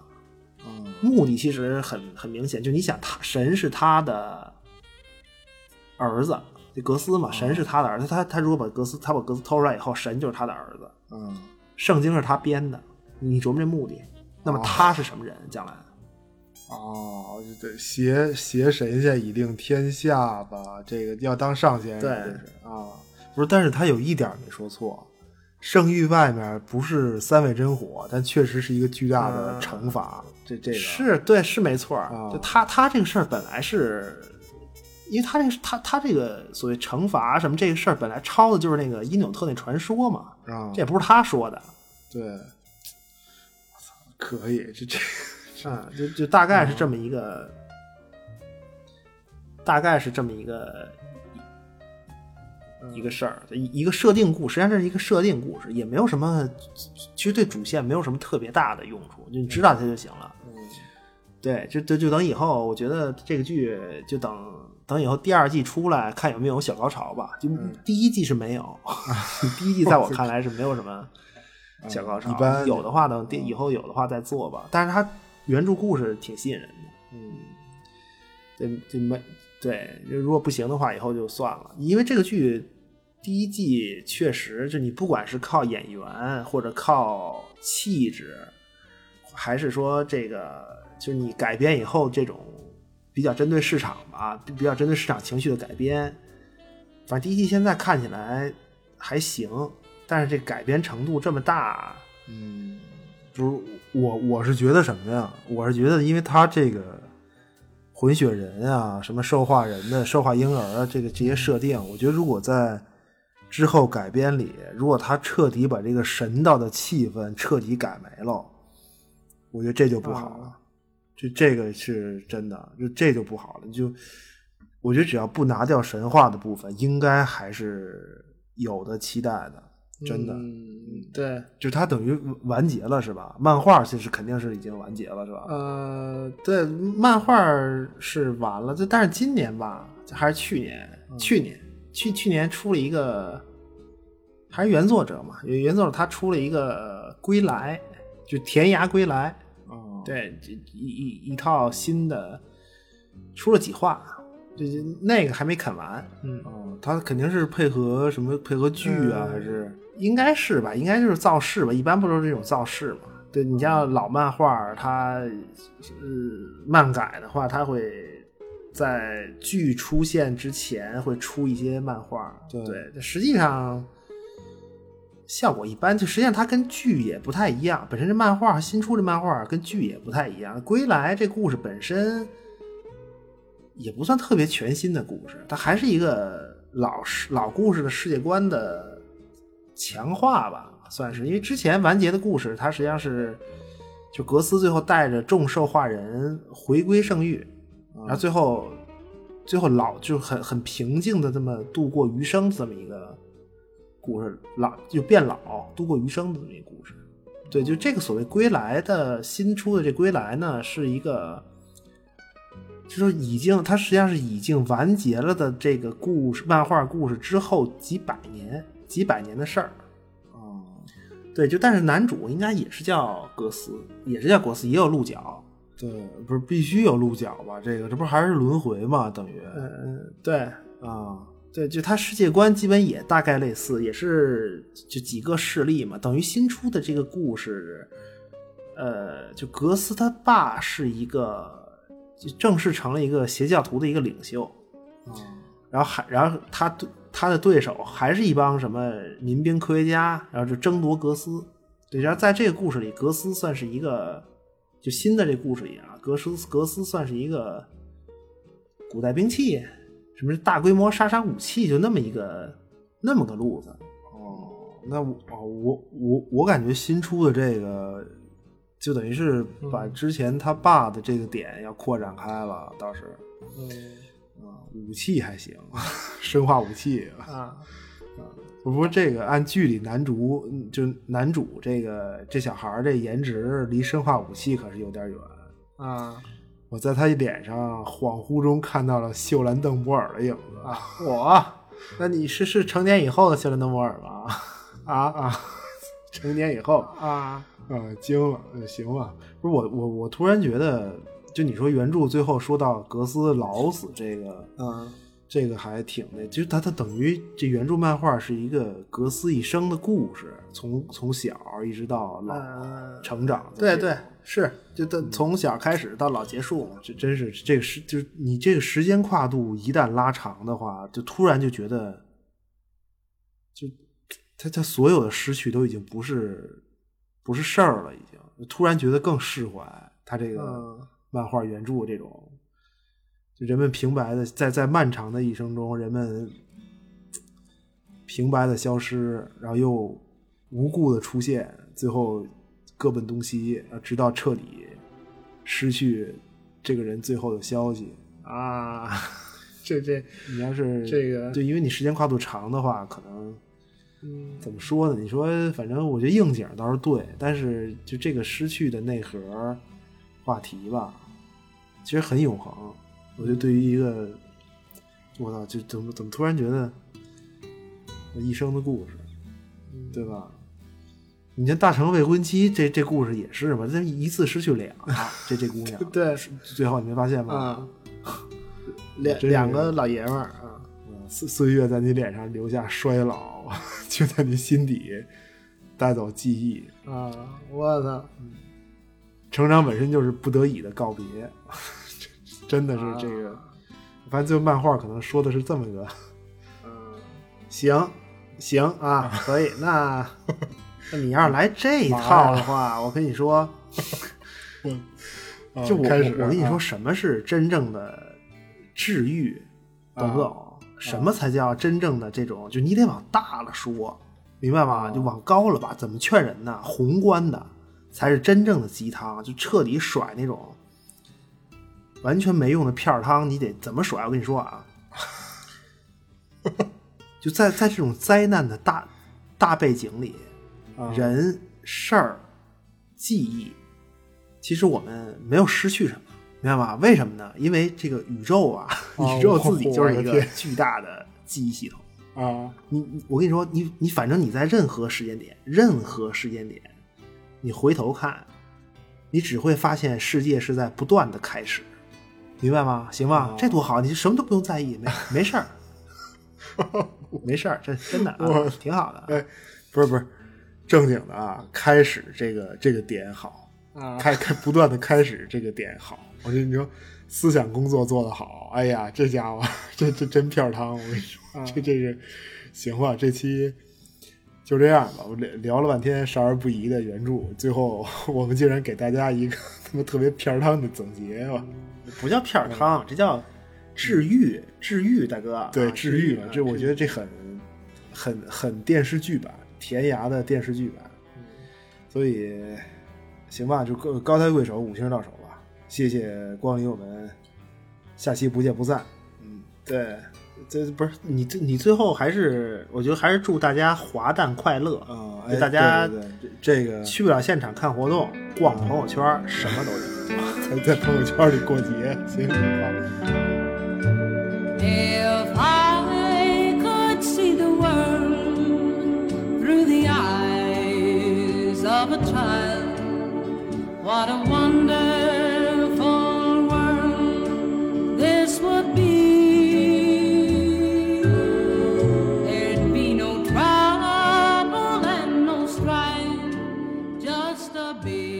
Speaker 4: 嗯
Speaker 3: 目的其实很很明显，就你想他神是他的儿子，这格斯
Speaker 4: 哦
Speaker 3: 嘛，神是他的儿子，他他如果把格斯他把格斯偷出来以后，神就是他的儿子，
Speaker 4: 嗯，
Speaker 3: 圣经是他编的，你琢磨这目的，那么他是什么人？将来
Speaker 4: 哦，就这邪邪神仙以令天下吧，这个要当上仙人，
Speaker 3: 对
Speaker 4: 这是啊，不是，但是他有一点儿没说错，圣域外面不是三味真火，但确实是一个巨大的
Speaker 3: 嗯
Speaker 4: 惩罚，这这个
Speaker 3: 是对，是没错儿。
Speaker 4: 啊
Speaker 3: 就他他这个事儿本来是，因为他这个他他这个所谓惩罚什么这个事儿，本来抄的就是那个伊纽特那传说嘛，
Speaker 4: 啊，
Speaker 3: 这也不是他说的。
Speaker 4: 对，我操，可以，这这
Speaker 3: 嗯，就就大概是这么一个，大概是这么一个一个事儿，一一个设定故事，实际上这是一个设定故事，也没有什么，其实对主线没有什么特别大的用处，就你知道它就行了。对，就就就等以后，我觉得这个剧就等等以后第二季出来，看有没有小高潮吧。就
Speaker 4: 嗯
Speaker 3: 第一季是没
Speaker 4: *laughs*
Speaker 3: 有，第一季在我看来是没有什么小高潮。
Speaker 4: 嗯一般嗯
Speaker 3: 有的话等第以后有的话再做吧。但是它原著故事挺吸引人的，嗯，对，就没对，如果不行的话，以后就算了。因为这个剧第一季确实，就你不管是靠演员或者靠气质，还是说这个，就是你改编以后这种比较针对市场吧，比比较针对市场情绪的改编，反正第一季现在看起来还行，但是这改编程度这么大，
Speaker 4: 嗯，就是我我是觉得什么呀？我是觉得，因为他这个混血人啊，什么兽化人的、兽化婴儿啊，这个这些设定，我觉得如果在之后改编里，如果他彻底把这个神道的气氛彻底改没了，我觉得这就不好了。就这个是真的，就这就不好了。就我觉得只要不拿掉神话的部分，应该还是有的期待的，真
Speaker 5: 嗯
Speaker 4: 的。
Speaker 3: 嗯对，
Speaker 4: 就是它等于完结了是吧？漫画其实肯定是已经完结了是吧？
Speaker 5: 嗯
Speaker 3: 呃，对，漫画儿是完了，就但是今年吧，这还是去年，去年去去年出了一个，还是原作者嘛，原原作者他出了一个《归来》，就《天涯归来》，
Speaker 4: 哦，
Speaker 3: 对，这一一一套新的，出了几话，这这那个还没啃完，嗯，
Speaker 4: 哦，它肯定是配合什么配合剧啊，
Speaker 3: 嗯
Speaker 4: 还是
Speaker 3: 应该是吧，应该就是造势吧，一般不都是这种造势嘛？对你像老漫画，它呃漫改的话，它会在剧出现之前会出一些漫画，
Speaker 4: 对
Speaker 3: 对，实际上效果一般，就实际上它跟剧也不太一样，本身这漫画新出这漫画跟剧也不太一样，《归来》这故事本身。也不算特别全新的故事，它还是一个老世老故事的世界观的强化吧，算是。因为之前完结的故事，它实际上是就格斯最后带着众兽化人回归圣域，然后最后最后老就很很平静的这么度过余生这么一个故事，老就变老度过余生的这么一个故事。对，就这个所谓归来的新出的这归来呢，是一个。就是已经，它实际上是已经完结了的这个故事，漫画故事之后几百年、几百年的事儿。
Speaker 4: 哦，
Speaker 3: 对，就但是男主应该也是叫格斯，也是叫格斯，也有鹿角。
Speaker 4: 对，不是必须有鹿角吧？这个这不还是轮回嘛？等于
Speaker 3: 嗯，对
Speaker 4: 啊，
Speaker 3: 对，就他世界观基本也大概类似，也是就几个势力嘛，等于新出的这个故事，呃，就格斯他爸是一个就正式成了一个邪教徒的一个领袖，
Speaker 4: 啊
Speaker 3: 然后还然后他对他的对手还是一帮什么民兵科学家，然后就争夺格斯。对，然后在这个故事里，格斯算是一个就新的这故事里啊，格斯格斯算是一个古代兵器，什么大规模杀伤武器，就那么一个那么个路子。
Speaker 4: 哦，那我哦我我我感觉新出的这个，就等于是把之前他爸的这个点要扩展开了，倒是啊，武器还行，生化武器。
Speaker 3: 啊，
Speaker 4: 不过这个按剧里男主嗯就男主这个这小孩儿这颜值离生化武器可是有点远。
Speaker 3: 啊
Speaker 4: 我在他脸上恍惚中看到了秀兰邓博尔的影子 *laughs*
Speaker 3: 啊！我，那你是是成年以后的谢伦德摩尔吗？
Speaker 4: 啊啊！成年以后
Speaker 3: 啊，
Speaker 4: 啊，惊了，呃行了。不是我我我突然觉得，就你说原著最后说到格斯老死这个，
Speaker 3: 嗯
Speaker 4: 这个还挺那，其实它它等于这原著漫画是一个格斯一生的故事，从从小一直到老、
Speaker 3: 嗯，
Speaker 4: 成长的
Speaker 3: 对
Speaker 4: 这
Speaker 3: 对
Speaker 4: 种，
Speaker 3: 是，嗯就到从小开始到老结束嘛。
Speaker 4: 这真是这个时，就是你这个时间跨度一旦拉长的话，就突然就觉得，就他他所有的失去都已经不是不是事儿了，已经突然觉得更释怀。他这个
Speaker 3: 嗯
Speaker 4: 漫画原著这种，就人们平白的在在漫长的一生中，人们平白的消失，然后又无故的出现，最后各奔东西，呃直到彻底失去这个人最后的消息。
Speaker 3: 啊，这这，
Speaker 4: *laughs* 你要是
Speaker 3: 这个
Speaker 4: 对，因为你时间跨度长的话，可能
Speaker 3: 嗯，
Speaker 4: 怎么说呢？你说，反正我觉得应景倒是对，但是就这个失去的内核话题吧，其实很永恒。我觉得对于一个，我操，就怎么怎么突然觉得一生的故事，对吧？你像大成未婚妻这这故事也是嘛，这一次失去俩，这这姑娘
Speaker 3: 对
Speaker 4: 最后你没发现吗？
Speaker 3: 啊，两
Speaker 4: 真是
Speaker 3: 两个老爷们儿啊，
Speaker 4: 嗯岁岁月在你脸上留下衰老，却在你心底带走记忆。
Speaker 3: 啊，我操，
Speaker 4: 成长本身就是不得已的告别，真的是这个。反正最后漫画可能说的是这么个，
Speaker 3: 嗯，行行啊，可以。那那你要是来这一
Speaker 4: 嘛呀
Speaker 3: 套的话，我跟你说，就
Speaker 4: 就
Speaker 3: 我我我
Speaker 4: 我我我
Speaker 3: 跟
Speaker 4: 跟
Speaker 3: 你
Speaker 4: 你
Speaker 3: 说，
Speaker 4: 说，
Speaker 3: 什么是真正的治愈，懂不懂？什么才叫真正的这种？就你得往大了说，明白吗？
Speaker 4: 啊
Speaker 3: 就往高了吧？怎么劝人呢？宏观的才是真正的鸡汤，就彻底甩那种完全没用的片儿汤。你得怎么甩？我跟你说啊， *laughs* 就在在这种灾难的大大背景里，
Speaker 4: 啊
Speaker 3: 人事儿、记忆，其实我们没有失去什么，明白吗？为什么呢？因为这个宇宙啊，
Speaker 4: 哦
Speaker 3: *laughs* 宇宙自己就是一
Speaker 4: 我的
Speaker 3: 个
Speaker 4: 天
Speaker 3: 巨大的记忆系统。
Speaker 4: 啊，
Speaker 3: 你你我跟你说，你你反正你在任何时间点，任何时间点，你回头看，你只会发现世界是在不断的开始，明白吗？行吧，
Speaker 4: 哦
Speaker 3: 这多好，你什么都不用在意，没没
Speaker 4: *laughs*
Speaker 3: 事儿，没事儿，这真的、啊
Speaker 4: 我、
Speaker 3: 挺好的
Speaker 4: 哎，不是不是，正经的啊，开始这个这个点好，
Speaker 3: 啊
Speaker 4: 开开不断的开始这个点好，我觉得你说思想工作做得好，哎呀，这家伙 *laughs* 这这真片儿汤，我跟你说，这这是行吧，这期就这样吧，我聊聊了半天少儿不宜的原著，最后我们竟然给大家一个 *laughs* 他妈特别片儿汤的总结吧，
Speaker 3: 不叫片儿汤，这叫治愈，治愈，大哥，
Speaker 4: 对，
Speaker 3: 啊
Speaker 4: 治愈
Speaker 3: 啊
Speaker 4: 了，这我觉得这很很很电视剧版，甜牙的电视剧版，所以行吧，就高高抬贵手，五星到手吧，谢谢光临我们，下期不见不散。
Speaker 3: 对，这不是你最你最后还是我觉得还是祝大家滑蛋快乐
Speaker 4: 啊，
Speaker 3: 就
Speaker 4: 哎
Speaker 3: 大家
Speaker 4: 对对对这个
Speaker 3: 去不了现场看活动，逛朋友圈儿什么都有。
Speaker 4: 在 *laughs* 在朋友圈里过节，行，好，
Speaker 1: If I could see the world through the eyes What a wonderful world this would be. There'd be no trouble and no strife, just a big.